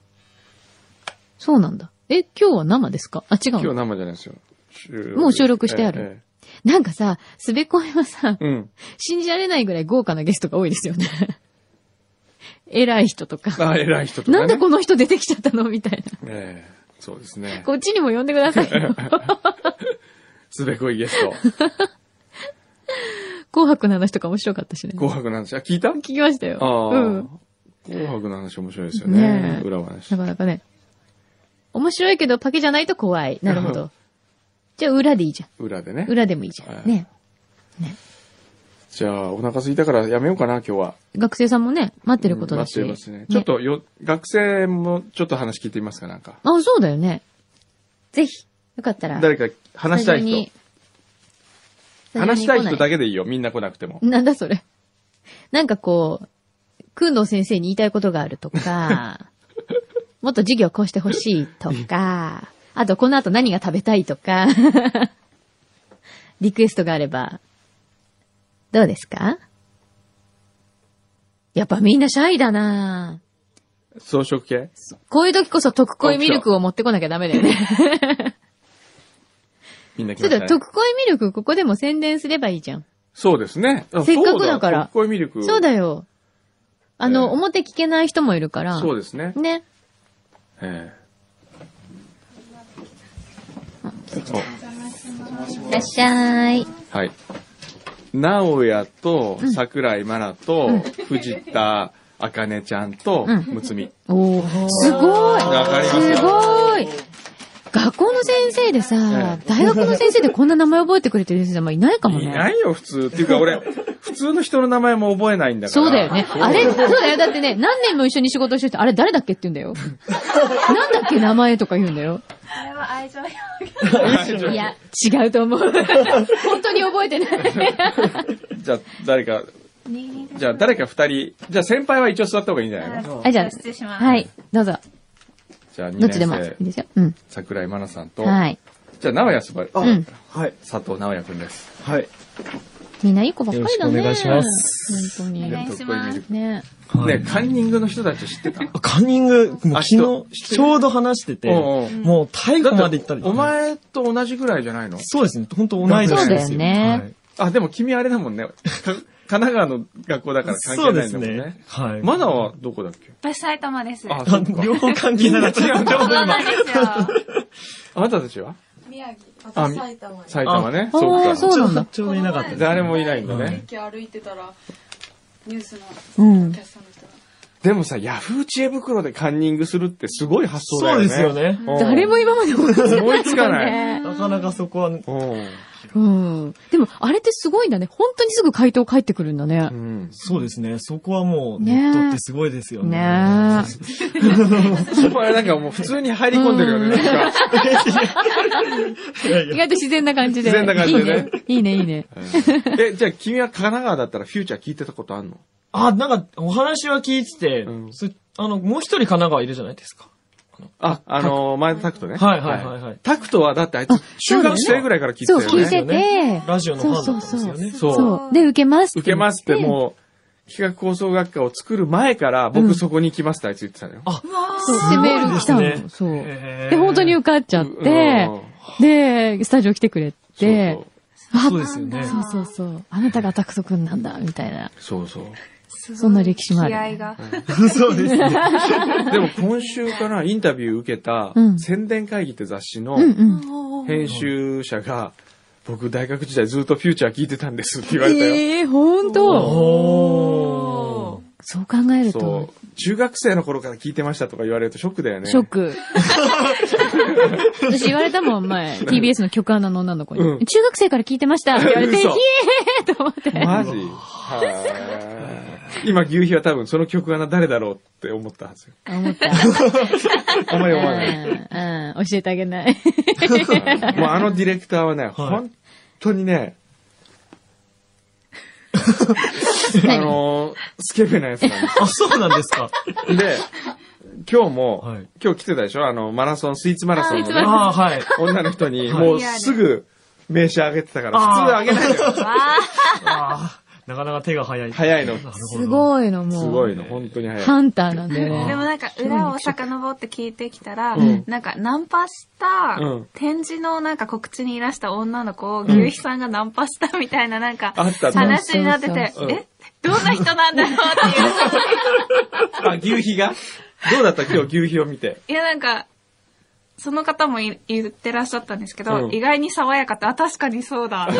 Speaker 2: そうなんだ。え、今日は生ですかあ、違う
Speaker 1: 今日
Speaker 2: の。
Speaker 1: 生じゃないですよ。収録
Speaker 2: もう収録してあるなんかさ、すべこいはさ、
Speaker 1: ええええうん。
Speaker 2: 信じられないぐらい豪華なゲストが多いですよ ね。偉い人とか。
Speaker 1: あ、偉い人とかね。
Speaker 2: なんでこの人出てきちゃったのみたいな。
Speaker 1: ええそうですね。
Speaker 2: こっちにも呼んでくださ いよ。
Speaker 1: すべこい ゲスト。
Speaker 2: 紅白の話とか面白かったしね。
Speaker 1: 紅白なんですあ、聞いた
Speaker 2: 聞きましたよ。
Speaker 1: ああ、
Speaker 2: うん。
Speaker 1: 紅白の話面白いですよね。
Speaker 2: ねえ
Speaker 1: 裏話
Speaker 2: な。かなかね。面白いけど、パケじゃないと怖い。なるほ ど。じゃあ、裏でいいじゃ
Speaker 1: 裏でね
Speaker 2: ん。。裏でもいいじゃ
Speaker 1: は
Speaker 2: ん。
Speaker 1: い
Speaker 2: ね。
Speaker 1: じゃあ、お腹空いたからやめようかな、今日は。
Speaker 2: 学生さんもね、待ってることだし。
Speaker 1: うん待ってますね。ちょっとよ、学生もちょっと話聞いてみますか、なんか。
Speaker 2: あ、そうだよね。ぜひ、よかったら。
Speaker 1: 誰か話したい
Speaker 2: ス
Speaker 1: 人。
Speaker 2: タジオに。
Speaker 1: 話したい人だ
Speaker 2: け。
Speaker 1: けでいいよ、みんな来なくて も。
Speaker 2: なんだそれ。なんかこう、くんどう先生に言いたいことがあると か、もっと授業こうしてほしいとか、あとこの後何が食べたいとか、 リクエストがあれば、どうですかやっぱみんなシャイだなぁ
Speaker 1: 装飾系
Speaker 2: こういう時こそ特恋ミルクを持ってこなきゃダメだよね。
Speaker 1: みんな来
Speaker 2: ちょ
Speaker 1: ま
Speaker 2: っ
Speaker 1: した
Speaker 2: と
Speaker 1: ね。
Speaker 2: 特恋ミルクここでも宣伝すればいいじゃん。
Speaker 1: そうですね。あ
Speaker 2: せっかくだから
Speaker 1: そう特攻ミルク。
Speaker 2: そうだよ。あの、
Speaker 1: ええ
Speaker 2: 表聞けない人もいるから。
Speaker 1: そうですね。
Speaker 2: ね。
Speaker 1: え
Speaker 2: いらっしゃい。
Speaker 1: えはい。直哉と、桜井真奈と、藤田茜ちゃんと、
Speaker 2: うん
Speaker 1: むつみ。
Speaker 2: おーすごい
Speaker 1: わかりますよ
Speaker 2: すごい学校の先生でさ
Speaker 1: え、え
Speaker 2: 大学の先生でこんな名前覚えてくれてる先生もいないかもね。
Speaker 1: いないよ、普通。っていうか、俺、普通の人の名前も覚えないんだから。
Speaker 2: そうだよね。あれ、そうだよ。だってね、何年も一緒に仕事してる人、あれ誰だっけって言うんだよ。 なんだっけ名前とか言うんだよ。
Speaker 3: あれは愛情表現。
Speaker 2: いや、違うと 思う。本当に覚えてない。
Speaker 1: じゃあ、誰か、じゃあ、誰か二人、じゃあ、先輩は一応座った方がいいんじゃないの
Speaker 3: は
Speaker 2: あ、じゃあ、
Speaker 3: 失礼します。
Speaker 2: はい、どうぞ。
Speaker 1: じゃあ、
Speaker 2: ど
Speaker 1: 二
Speaker 2: っちでもい
Speaker 1: 年
Speaker 2: い
Speaker 1: 生、
Speaker 2: ですよ。うん。
Speaker 1: 桜井真奈さんと、
Speaker 2: はい。
Speaker 1: じゃあ、直哉すば
Speaker 4: あ、
Speaker 2: うん
Speaker 4: はい。
Speaker 1: 佐藤直哉くんです。
Speaker 4: はい。
Speaker 2: みんないい子ばっかりだね。
Speaker 4: よろしくお願いします。
Speaker 2: 本当
Speaker 3: お
Speaker 2: に。
Speaker 3: 願いします
Speaker 2: ね
Speaker 4: はい
Speaker 1: ね、カンニングの人たち知ってた
Speaker 4: あカンニング、も
Speaker 1: あ
Speaker 4: う昨
Speaker 1: 知って
Speaker 4: 日、
Speaker 1: る
Speaker 4: ちょうど話してて、
Speaker 1: おうおう
Speaker 4: もう逮捕まで行ったり。
Speaker 1: お前と同じぐらいじゃないの
Speaker 4: そうですね。本当同い年です
Speaker 1: そうだ
Speaker 2: よね
Speaker 1: あ、でも君あれだもんね。か神奈川の学校だか
Speaker 4: は
Speaker 1: ら関
Speaker 4: いそ
Speaker 1: 係
Speaker 4: う
Speaker 1: ない
Speaker 4: で
Speaker 1: ん
Speaker 4: す
Speaker 1: だもん
Speaker 4: ね
Speaker 1: ね。。
Speaker 4: はい。
Speaker 1: マナはどこだっけ
Speaker 3: 私埼玉です。
Speaker 1: あ、そ
Speaker 4: あ
Speaker 1: っか。
Speaker 4: 両方関係なかった。
Speaker 3: そうなんですよ。
Speaker 1: あなたたちは
Speaker 5: 宮城、
Speaker 1: あ
Speaker 5: あ
Speaker 1: み
Speaker 5: と埼玉に。
Speaker 1: 埼玉ね。
Speaker 2: あ
Speaker 1: そうか。
Speaker 2: あーそうなんだ
Speaker 4: ちょうどいなかったです。
Speaker 1: 誰もいないんだ
Speaker 5: この前
Speaker 1: ね。
Speaker 5: 駅歩いてたら、ニュースのキ
Speaker 2: うん
Speaker 5: ャ。スターの人が、
Speaker 1: でもさ、ヤフー知恵袋でカンニングするってすごい発想だ
Speaker 4: そ
Speaker 1: よ
Speaker 4: う
Speaker 1: ね。
Speaker 4: ですよ。ね。
Speaker 2: 誰も今まで思いつかない。
Speaker 1: 思いつかな
Speaker 4: なかなかそこは、
Speaker 2: うん。でも、あれってすごいんだね。本当にすぐ回答返ってくるんだね
Speaker 1: う。ん。
Speaker 4: そうですね。そこはもう、
Speaker 2: ね
Speaker 4: ネットってすごいですよね。
Speaker 2: ね
Speaker 1: そこはなんかもう普通に入り込んでるよね。なんか
Speaker 4: いやい
Speaker 2: え。意外
Speaker 4: や
Speaker 2: と自然な感じで。
Speaker 1: 自然な感じでね
Speaker 2: いいね。いいね、いいね。
Speaker 1: え、じゃあ君は神奈川だったらフューチャー聞いてたことあんの
Speaker 4: あ、なんか、お話は聞いてて、
Speaker 1: うん
Speaker 4: そあの、もう一人神奈川いるじゃないですか。
Speaker 1: あ、あのー、前田タクトね。
Speaker 4: はいはいはいはい
Speaker 1: タクトはだってあいつ、中学生ぐらいから聞いて
Speaker 2: そ
Speaker 1: たよ
Speaker 2: う、
Speaker 1: ね。
Speaker 2: 聞い
Speaker 4: よ
Speaker 2: てて。
Speaker 4: ラジオのファンだったんですよね。
Speaker 2: そうそう
Speaker 1: そう
Speaker 2: そう。で、受けます。
Speaker 1: 受けますって
Speaker 2: う。
Speaker 1: もう、企画構想学科を作る前から、僕そこに行きますってあいつ言ってたのよ。
Speaker 4: あ、
Speaker 2: そう、でメール来た
Speaker 4: すごいです
Speaker 2: の。
Speaker 4: ね
Speaker 2: そう。
Speaker 4: へー
Speaker 2: で、本当に受かっちゃっ
Speaker 1: うん
Speaker 2: て、で、スタジオ来てくれて、
Speaker 1: そう
Speaker 2: あ
Speaker 4: そうですよね。
Speaker 2: そうそうそう。あなたがタクト君なんだ、みたいな。
Speaker 1: そうそうそう。
Speaker 3: すごい
Speaker 2: そんな歴史もある
Speaker 3: 気合が。
Speaker 4: そうですね。
Speaker 1: でも今週からインタビュー受けた
Speaker 2: うん、
Speaker 1: 宣伝会議って雑誌の
Speaker 2: うんうん。
Speaker 1: 編集者が、僕大学時代ずっとフューチャー聞いてたんですって言われたよ。
Speaker 2: ええほんと
Speaker 4: おー。
Speaker 2: そう考える
Speaker 1: そ
Speaker 2: と、
Speaker 1: う。中学生の頃から聞いてましたとか言われるとショックだよね。
Speaker 2: ショック。私言われたもん、前。TBS の局アナの女の子に。
Speaker 1: うん
Speaker 2: 中学生から聞いてましたって言われて、ひ
Speaker 1: 嘘
Speaker 2: えーと思って。
Speaker 1: マジはい今、牛皮は多分その曲がな誰だろうって思ったはずよ。
Speaker 2: 思った。
Speaker 1: あんまり思わない。
Speaker 2: うん、うん、教えてあげない。
Speaker 1: もうあのディレクターはね、本当に ね、あのー、スケベなやつなんです
Speaker 4: あ、そうなんですか。
Speaker 1: よ。で、今日も、
Speaker 4: はい
Speaker 1: 今日来てたでしょあの、マラソン、スイーツマラソンのね、
Speaker 4: ああ、はい。
Speaker 1: 女の人に、
Speaker 4: はい
Speaker 1: もうすぐ名刺あげてたから、普通あげないのよ。
Speaker 4: あーなかなか手が早い。
Speaker 1: 早いの
Speaker 4: なるほど
Speaker 2: すごいの、もう。
Speaker 1: すごいの、本当に早い。
Speaker 2: ハンターなんだよね。
Speaker 3: でもなんか、裏を遡って聞いてきたら
Speaker 1: ん、
Speaker 3: なんか、ナンパした
Speaker 1: うん、
Speaker 3: 展示のなんか告知にいらした女の子を、牛肥さんがナンパしたみたいななんか、
Speaker 1: あったね
Speaker 3: 話になってて
Speaker 1: そうそう、そう
Speaker 3: えどんな人なんだろうっていう。
Speaker 1: あ、牛皮がどうだった今日牛皮を見て。
Speaker 3: いや、なんか、その方もい言ってらっしゃったんですけど、
Speaker 1: うん
Speaker 3: 意外に爽やかって、あ、確かにそ うだ。
Speaker 2: え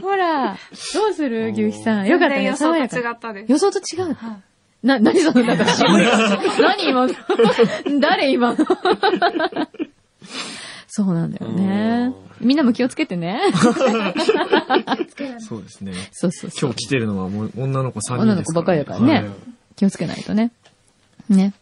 Speaker 2: ほら、どうする牛肥さん。よかった
Speaker 3: 全然
Speaker 2: ね、
Speaker 3: 予想
Speaker 2: 爽
Speaker 3: と
Speaker 2: や
Speaker 3: 違
Speaker 2: か。
Speaker 3: ったです。
Speaker 2: 予想と違う。な、何その、なんか渋い、何今の、誰今の。そうなんだよね。みんなも気をつけてね。
Speaker 4: そうですね。
Speaker 2: そうそうそ
Speaker 4: 今
Speaker 2: う
Speaker 4: 日。来てるのはもう女の子3人ですから、
Speaker 2: 女の子ばっかりだからね
Speaker 4: はい。
Speaker 2: 気をつけないとね。ね。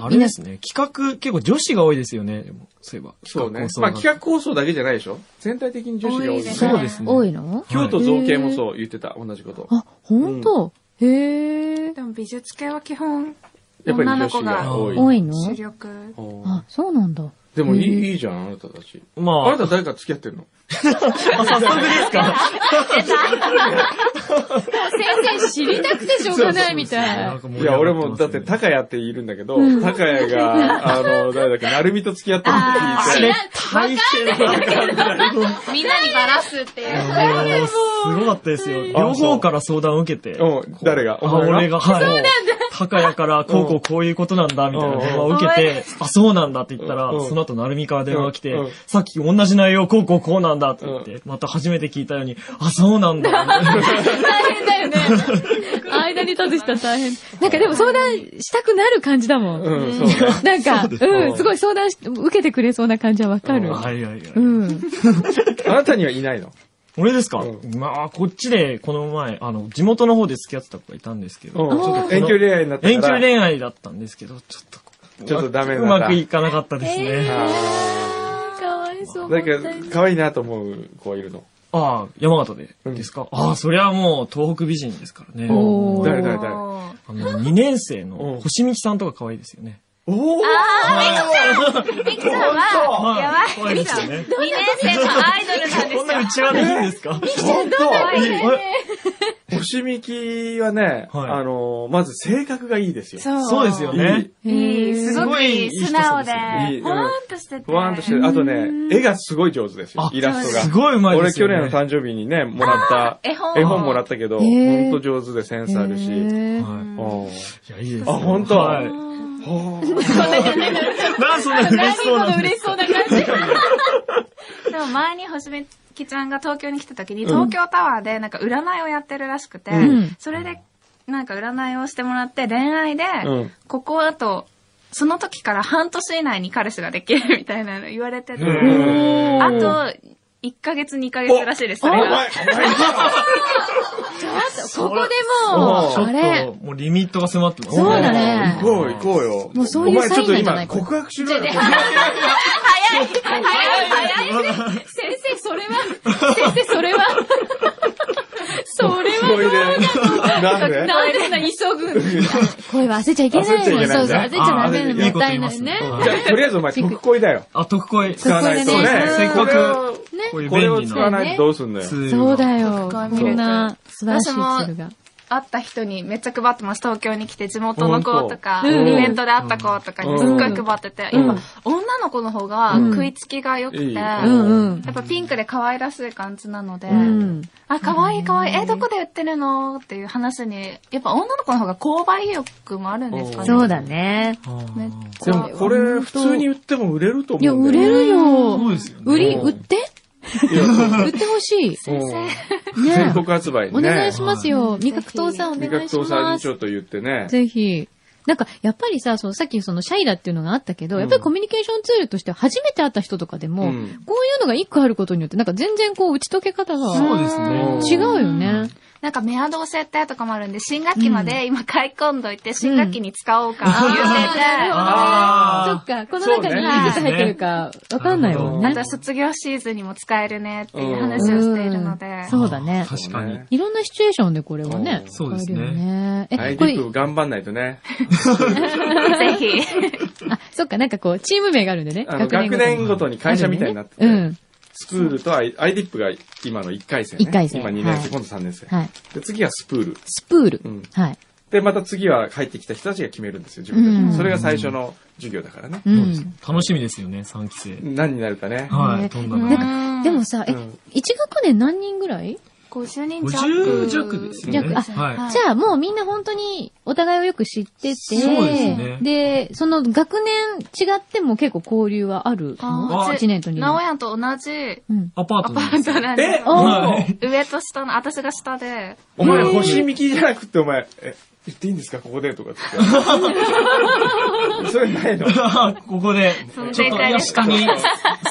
Speaker 4: あれですね。企画、結構女子が多いですよね。でもそういえば。
Speaker 1: そうね
Speaker 4: 構。想
Speaker 1: ま
Speaker 4: が
Speaker 1: あ企画構想だけじゃないでしょ全体的に女子が多いよね。
Speaker 4: そうですね
Speaker 2: 多いの
Speaker 1: 京都造形もそう言ってた、同じこと。
Speaker 2: あ、ほんとへえ。
Speaker 3: でも美術系は基本、
Speaker 1: やっぱり
Speaker 3: 女
Speaker 1: 女
Speaker 3: の
Speaker 1: 子
Speaker 3: 子
Speaker 1: が
Speaker 3: が
Speaker 1: 多い。
Speaker 2: 多いの
Speaker 3: 主力。
Speaker 1: あ
Speaker 2: あ、そうなんだ。
Speaker 1: でもい
Speaker 2: へ
Speaker 1: い、いいじゃん、あなたたち。
Speaker 4: ま
Speaker 1: あ
Speaker 4: あ、
Speaker 1: なた誰か付き合ってんの
Speaker 4: あ早速です か
Speaker 2: 先生知りたくてしょうがないみたい。
Speaker 1: いや、俺も、だって、高谷っているんだけど、高谷が、あの、誰だっけ、成美と付き合ってるって聞いて、
Speaker 4: 大変だな。もう
Speaker 5: みんなにバラすっていう。
Speaker 4: すごかったですよ。両方から相談を受けて。
Speaker 1: うん
Speaker 4: こ
Speaker 1: 誰が
Speaker 4: あ
Speaker 1: お前が
Speaker 4: 俺が、はい。高谷から、こうこうこういうことなんだ、みたいな電話を受けて、あ、そうなんだって言ったら
Speaker 1: うん、
Speaker 4: その後、なるみから電話が来て
Speaker 1: うん、
Speaker 4: さっき同じ内容、こうこうこうなんだって言って、また初めて聞いたように、あ、そうなんだ。
Speaker 2: 大変だよね。間に立つ人は大変。なんかでも相談したくなる感じだもん。
Speaker 1: うん、そうね。
Speaker 2: なんか、うん、すごい相談し、受けてくれそうな感じはわかる。
Speaker 4: はいはいはい。
Speaker 2: うん。
Speaker 1: あなたにはいないの。
Speaker 4: 俺ですか
Speaker 1: う
Speaker 4: まあ、こっちで、この前、あの、地元の方で付き合ってた子がいたんですけど、
Speaker 1: うん、ちょっと遠距離恋愛になったから。
Speaker 4: 遠距離恋愛だったんですけど、ちょっとこう、
Speaker 1: ちょっとダメだ
Speaker 4: う
Speaker 1: な
Speaker 4: まくいかなかったですね。
Speaker 1: あ
Speaker 2: かわいそ
Speaker 1: ー
Speaker 2: う。
Speaker 1: な
Speaker 2: 本当
Speaker 1: ん
Speaker 2: に
Speaker 1: か、可愛いなと思う子いるの。
Speaker 4: ああ、山形で
Speaker 1: うん
Speaker 4: ですかああ、そりゃもう東北美人ですからね。
Speaker 2: おー
Speaker 1: 誰誰誰
Speaker 3: おー
Speaker 4: あの、2年生
Speaker 1: うん
Speaker 4: の星道さんとか可愛いですよね。
Speaker 1: おー
Speaker 3: ミキさんは、やばい。
Speaker 4: で
Speaker 3: ミキ
Speaker 4: す
Speaker 3: さん、2
Speaker 4: よね。
Speaker 3: 年生のアイドルなんです
Speaker 4: こ
Speaker 3: よ
Speaker 4: ん。な内輪でいいんですか
Speaker 1: 本
Speaker 4: え
Speaker 1: 当
Speaker 4: え
Speaker 1: 星見きはね、
Speaker 4: はい
Speaker 1: あの、まず性格がいいですよ。
Speaker 3: そう
Speaker 4: そうですよね。
Speaker 3: いい、すごくいい、
Speaker 4: すごいいい人
Speaker 3: 素直で
Speaker 4: そう
Speaker 1: ですねいい、
Speaker 3: ほわーんとしてて。
Speaker 1: ふわーんとしてる。あとね、絵がすごい上手ですよ
Speaker 4: あ。
Speaker 1: イラストが。
Speaker 4: すごいうまいで
Speaker 1: 俺
Speaker 4: すよ
Speaker 1: 去
Speaker 4: ね。
Speaker 1: 年の誕生日にね、もらった、
Speaker 3: 絵本
Speaker 1: 絵本もらったけど、
Speaker 2: へ
Speaker 1: ほ
Speaker 2: ー
Speaker 1: んと上手でセンスあるし。
Speaker 2: へー
Speaker 4: は
Speaker 1: おー
Speaker 4: い。いや、いいです
Speaker 1: あ、
Speaker 4: よ。
Speaker 1: ほんと
Speaker 4: はい。
Speaker 1: ほー
Speaker 4: なんそんな嬉しそうなんですか
Speaker 2: そうな感じ。
Speaker 3: でも前に星めきちゃんが東京に来た時に東京タワーでなんか占いをやってるらしくて、
Speaker 2: ん
Speaker 3: それでなんか占いをしてもらって恋愛で、
Speaker 1: うん
Speaker 3: ここあと、その時から半年以内に彼氏ができるみたいなの言われてて、
Speaker 1: うん
Speaker 3: あと、1ヶ月2ヶ月らしいです、そ
Speaker 1: お
Speaker 3: れ
Speaker 1: 前、お
Speaker 3: が。
Speaker 1: 前
Speaker 2: ここでも
Speaker 4: ち
Speaker 2: う、
Speaker 4: ょ
Speaker 2: あれ
Speaker 4: っと、もうリミットが迫ってます
Speaker 2: そうだね
Speaker 1: 行こう行こうよ。
Speaker 2: もうそういう
Speaker 1: お前ちょっと
Speaker 2: サインなん
Speaker 1: 今
Speaker 2: じゃない
Speaker 1: 告白しろよ。
Speaker 2: 先生それは、先生それは、 それ
Speaker 1: これ
Speaker 2: は、
Speaker 1: で。 なんで
Speaker 2: なんでそんな急ぐ恋は焦っちゃいけない
Speaker 1: 焦っちゃいけないんだ
Speaker 2: そうそう、焦っちゃダメなの
Speaker 4: あ
Speaker 2: もったいないね
Speaker 4: いい。こと
Speaker 1: じゃあとりあえずお前、特恋だよ。
Speaker 4: あ、特恋。
Speaker 1: 使わないとね。
Speaker 4: せっ
Speaker 1: こ
Speaker 4: か
Speaker 1: れ
Speaker 4: く、
Speaker 1: を
Speaker 4: こういう
Speaker 1: これを
Speaker 4: 便利
Speaker 1: 使わ
Speaker 4: な
Speaker 1: ないとどうすんだよ。
Speaker 4: ツールが
Speaker 2: そうだよ。
Speaker 3: そう
Speaker 2: こんな素晴らしいツールが。
Speaker 3: 会った人にめっちゃ配ってます。東京に来て地元の子とか、
Speaker 1: うん
Speaker 3: イベントで会った子とかにすっごい配ってて、
Speaker 1: うん
Speaker 3: 今、女のの子の方が
Speaker 2: うん
Speaker 3: 食いつきが良くて、
Speaker 1: いい
Speaker 3: や
Speaker 2: うんうん。
Speaker 3: っぱピンクで可愛らしい感じなので、
Speaker 2: うん。
Speaker 3: あ、可愛い可愛い、え、どこで売ってるのっていう話に、やっぱ女の子の方が購買意欲もあるんですかね。
Speaker 2: そうだね。
Speaker 3: めっ
Speaker 4: あ
Speaker 3: ち
Speaker 1: で
Speaker 3: ゃ
Speaker 1: も、これ、普通に売っても売れると
Speaker 2: いや、
Speaker 1: 思うん
Speaker 2: 売
Speaker 1: だ
Speaker 2: れ
Speaker 1: よね。
Speaker 2: る
Speaker 4: ー
Speaker 2: よ
Speaker 4: そう。ですよね。
Speaker 2: 売り、
Speaker 1: うん
Speaker 2: 売って
Speaker 1: いやそう
Speaker 2: 売ってほしい。
Speaker 1: うん全
Speaker 2: ね
Speaker 1: 国発売ね。
Speaker 2: お願いしますよ。
Speaker 3: ね
Speaker 2: 味覚糖さんお
Speaker 1: 味
Speaker 2: 願い
Speaker 1: 覚
Speaker 2: し
Speaker 1: 糖さん
Speaker 2: ま
Speaker 1: にち
Speaker 2: す
Speaker 1: ょ。っと言ってね。
Speaker 2: ぜひ。なんか、やっぱりさ、そのさっきそのシャイラっていうのがあったけど、やっぱりコミュニケーションツールとして初めて会った人とかでも、
Speaker 1: うん
Speaker 2: こういうのが一個あることによって、なんか全然こう打ち解け方
Speaker 4: そ
Speaker 2: が
Speaker 4: うですね。
Speaker 2: 違うよね。
Speaker 3: なんかメアドを設定とかもあるんで、新学期まで今買い込んどいて、新学期に使おうかって言ってて、
Speaker 2: そっ
Speaker 4: あ
Speaker 2: か、この中にいくつ入ってるか、わかんないもん
Speaker 4: な
Speaker 2: ね
Speaker 3: ま。た卒業シーズンにも使えるねっていう話をしているので、
Speaker 2: うんそうだね
Speaker 4: あー確かに。
Speaker 2: いろんなシチュエーションでこれはね。
Speaker 1: うん
Speaker 4: そうです
Speaker 2: 使え
Speaker 4: ね
Speaker 2: るよね。
Speaker 1: ア
Speaker 2: え、
Speaker 1: イ
Speaker 2: こ
Speaker 1: ディ
Speaker 2: れ
Speaker 1: ッ、プ頑張んないとね。
Speaker 3: ぜひ。
Speaker 2: あ、そっか、なんかこう、チーム名があるんでね。
Speaker 1: あの、学年ごとに会社みたいになってて。
Speaker 2: うん。
Speaker 1: スプールとアイアイディップが今の1回生、ね。
Speaker 2: 一回生
Speaker 1: 今2年生、
Speaker 2: はい
Speaker 1: 今度3年生。
Speaker 2: はい。
Speaker 1: で、次はスプール。
Speaker 2: スプール。
Speaker 1: うん
Speaker 2: はい。
Speaker 1: で、また次は入ってきた人たちが決めるんですよ、自分たちで
Speaker 2: うん
Speaker 1: それが最初の授業だからね。
Speaker 2: う
Speaker 4: ーそうです
Speaker 2: ん。
Speaker 4: 楽しみですよね、3期生。
Speaker 1: 何になるかね。
Speaker 4: は
Speaker 2: ね
Speaker 4: い、どんなの
Speaker 2: な
Speaker 4: が
Speaker 2: んかでもさ、え、
Speaker 1: うん
Speaker 2: 一学年何人ぐらい
Speaker 3: 50人弱。
Speaker 4: 50弱ですよね。
Speaker 2: 弱あ
Speaker 4: は
Speaker 2: じゃあもうみんな本当にお互いをよく知ってて、
Speaker 4: そうですね
Speaker 2: でその学年違っても結構交流はあるの
Speaker 4: あ
Speaker 2: ?1 年と2
Speaker 3: 直
Speaker 2: 年。
Speaker 3: やんと同じ
Speaker 2: うん。
Speaker 4: アパー
Speaker 3: ア
Speaker 4: ト
Speaker 3: パ
Speaker 4: なん
Speaker 3: ー
Speaker 4: ですよ
Speaker 3: トなんです
Speaker 2: お
Speaker 4: は
Speaker 2: ー
Speaker 4: い。
Speaker 3: 上と下の、私が下で。
Speaker 1: お前、星見きじゃなくて、お前、え、言っていいんですかここでとかって 言って。それないの。
Speaker 4: ここで、ち
Speaker 3: そ
Speaker 4: ょ
Speaker 3: の
Speaker 4: っと
Speaker 3: 正解です
Speaker 4: 下に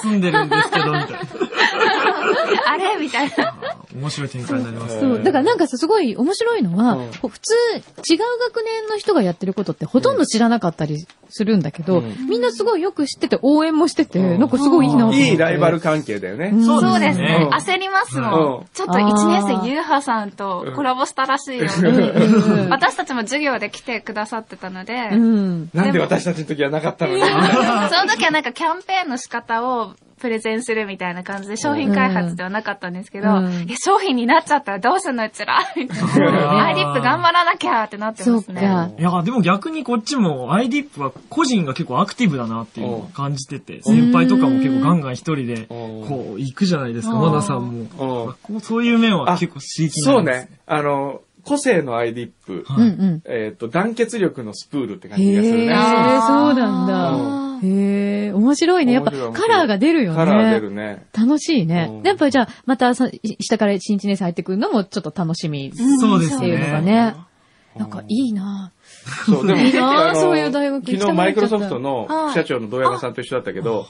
Speaker 4: 住んでるんですけど、みたいな。
Speaker 3: あれみたいな。
Speaker 4: 面白い展開になりますね。
Speaker 2: そう。だからなんかさ、すごい面白いのは、
Speaker 1: うん
Speaker 2: こう普通、違う学年の人がやってることってほとんど知らなかったりするんだけど、
Speaker 1: うん
Speaker 2: みんなすごいよく知ってて応援もしてて、
Speaker 1: うん
Speaker 2: なんかすごいいいなと思って。
Speaker 1: いいライバル関係だよね。
Speaker 2: ん
Speaker 4: そ
Speaker 3: そう
Speaker 4: うで
Speaker 3: ですす
Speaker 4: ね
Speaker 3: ね。
Speaker 1: うん
Speaker 3: 焦りますも
Speaker 1: うん
Speaker 3: ん。ちょっと1年生ゆうはさんとコラボしたらしいよ。
Speaker 2: うん
Speaker 3: 私たちも授業で来てくださってたので、
Speaker 2: う
Speaker 3: そ
Speaker 2: ん。
Speaker 1: なんで私たちの時はなかった のに。
Speaker 3: の時はなんかキャンペーンの仕方をプレゼンするみたいな感じで商品開発ではなかったんですけど、
Speaker 2: うん
Speaker 3: いや商品になっちゃったらどうすんのうちらみたい
Speaker 4: うん
Speaker 3: な。アイリップ頑張らなきゃってなって
Speaker 2: そ
Speaker 3: ま
Speaker 2: う
Speaker 3: すね。
Speaker 2: か。
Speaker 4: いや、でも逆にこっちも IDIP は個人が結構アクティブだなっていうのを感じてて、先輩とかも結構ガンガン一人で、
Speaker 1: うん
Speaker 4: こう、行くじゃないですか、
Speaker 3: うん
Speaker 4: 和田さんも
Speaker 1: うん
Speaker 4: まあこう。そういう面は結構刺激に
Speaker 1: そう
Speaker 4: なります
Speaker 1: ね。。あの、個性のアイディップ。
Speaker 2: うん
Speaker 4: はい。
Speaker 2: う
Speaker 1: えっと、団結力のスプールって
Speaker 2: ん。
Speaker 1: 感じがする
Speaker 2: へえ、
Speaker 1: ね。
Speaker 2: そうなんだ。
Speaker 1: う
Speaker 2: へえ、面白いね。やっぱ
Speaker 1: 面白い面白
Speaker 2: カ
Speaker 1: い
Speaker 2: ラーが出るよね。
Speaker 1: カラー出るね。
Speaker 2: 楽しいね
Speaker 1: うん。
Speaker 2: やっぱじゃあ、またさ、い下から1日年生入ってくるのもちょっと楽しみってい
Speaker 4: そうです
Speaker 2: うのが
Speaker 4: ね。
Speaker 2: ね。なんかいいな
Speaker 1: そう、でも、
Speaker 2: いいな
Speaker 1: あの
Speaker 2: そういう大学行きたくなっちゃった
Speaker 1: 昨日マイクロソフトの副社長の堂山さんと一緒だったけど、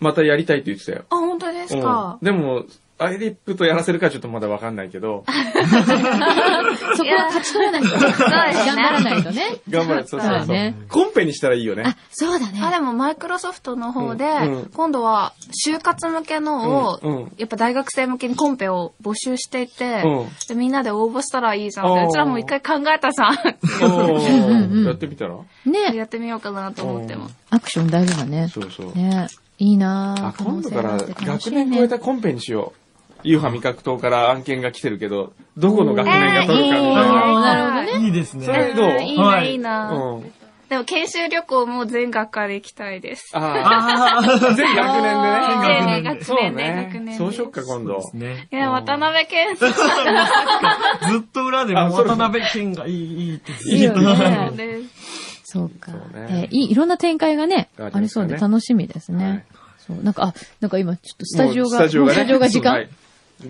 Speaker 1: またやりたいって言ってたよ。
Speaker 3: あ、本当ですか
Speaker 1: うん。でも、アイリップとやらせるかちょっとまだわかんない けど、
Speaker 2: そこは勝ち取らないと。頑
Speaker 3: ね
Speaker 2: 張らないとね。
Speaker 1: 頑張る。そうそ
Speaker 2: そ
Speaker 1: う
Speaker 2: うだ
Speaker 1: そう
Speaker 2: ね。
Speaker 1: コンペにしたらいいよね
Speaker 2: あ。、そうだね。
Speaker 3: あ、でもマイクロソフトの方で
Speaker 1: うんうん、
Speaker 3: 今度は就活向けのを
Speaker 1: うんうん、
Speaker 3: やっぱ大学生向けにコンペを募集していて
Speaker 1: うん、
Speaker 3: でみんなで応募したらいいじゃん
Speaker 1: あ
Speaker 3: っ
Speaker 1: ー
Speaker 3: て、うちらも一回考えたさ、
Speaker 1: お
Speaker 2: うんうん
Speaker 1: ーやってみたら
Speaker 2: ね
Speaker 3: やってみようかなと思ってます。
Speaker 2: アクション大事だね。
Speaker 1: そうそう。
Speaker 2: ねいいな
Speaker 1: あ、今度から学
Speaker 2: 年
Speaker 1: 年超えたコンペにしよう。ユーハ味覚糖から案件が来てるけど、どこの学年が取るかみたいな。
Speaker 2: ー
Speaker 3: なるほどね。
Speaker 4: いいです
Speaker 1: それ
Speaker 4: ね。
Speaker 1: どう
Speaker 3: うんいい
Speaker 4: は
Speaker 3: な、
Speaker 4: い
Speaker 3: いいな。
Speaker 1: うん。
Speaker 3: でも研修旅行も全学科で行きたいです。
Speaker 1: あ
Speaker 4: あ
Speaker 1: あ、全学
Speaker 3: 全
Speaker 1: 年でね。
Speaker 4: 学年で
Speaker 3: 学
Speaker 1: そう
Speaker 3: 年で、学
Speaker 1: ね
Speaker 3: 年。で。
Speaker 1: そうしよっか、今度。
Speaker 4: ーね。
Speaker 3: いや、渡辺健さ
Speaker 4: ずっと裏でも
Speaker 1: あそうれ
Speaker 4: 渡辺県がいい、いいってずっと
Speaker 2: いいよね
Speaker 3: ん。です。
Speaker 2: そうか。
Speaker 1: そう
Speaker 2: え
Speaker 1: ね
Speaker 2: ーいい、いろんな展開がね、
Speaker 1: ありますよね
Speaker 2: ありそうで楽しみですね。
Speaker 1: はい
Speaker 2: そう。なんか、あ、なんか今、ちょっとスタジオが、
Speaker 1: もうスタジオ
Speaker 2: も
Speaker 1: が
Speaker 2: うスタジオが時間、
Speaker 1: はい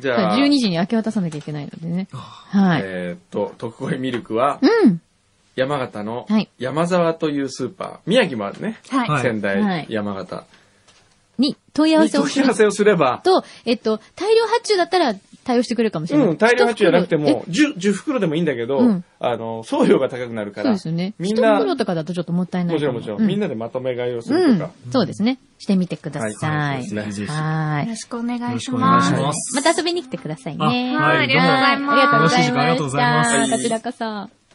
Speaker 1: じゃあ、
Speaker 2: 12時に明け渡さなきゃいけないのでね。はい。
Speaker 1: えーっと、特恋ミルクは、
Speaker 2: うん。
Speaker 1: 山形の
Speaker 2: はい
Speaker 1: 山沢というスーパー、宮城もあるね。
Speaker 3: はい。
Speaker 4: はい
Speaker 1: 仙
Speaker 2: は
Speaker 1: 台
Speaker 2: い、
Speaker 1: 山形。
Speaker 2: に、問い合わ
Speaker 1: に
Speaker 2: せを
Speaker 1: 問
Speaker 2: す
Speaker 1: い
Speaker 2: る
Speaker 1: 合わせをすれば、
Speaker 2: と、えっと、大量発注だったら対応してくれるかもしれない。
Speaker 1: うん、大量発注じゃなくて
Speaker 2: 一袋
Speaker 1: も、10、10袋でもいいんだけど、
Speaker 2: うん
Speaker 1: あの、送料が高くなる
Speaker 2: え
Speaker 1: か
Speaker 2: そう
Speaker 1: ら、
Speaker 2: ですよね。
Speaker 1: み
Speaker 2: 一
Speaker 1: んな、
Speaker 2: 袋とかだとちょっともったいない
Speaker 1: も
Speaker 2: か
Speaker 1: ちろ
Speaker 2: も。
Speaker 1: んもちろ、
Speaker 2: うん
Speaker 1: みんなでまとめ買いをす
Speaker 2: う
Speaker 1: る
Speaker 2: ん
Speaker 1: とか。
Speaker 2: そうですね。してみてください。
Speaker 1: は
Speaker 2: はいい。
Speaker 4: ぜひぜひ。よ
Speaker 2: は
Speaker 3: よろしくお願
Speaker 4: ろ
Speaker 3: い
Speaker 4: し
Speaker 3: し
Speaker 4: くお願い
Speaker 3: ま
Speaker 4: し
Speaker 3: す。
Speaker 4: ます。
Speaker 2: また遊びに来てください
Speaker 4: あ
Speaker 2: ね。
Speaker 4: はい
Speaker 3: はいありがとうございま
Speaker 2: あ
Speaker 3: す
Speaker 2: りがとうございました。
Speaker 4: 楽しい時間ありがとうございます
Speaker 1: はい
Speaker 2: こちらこそ。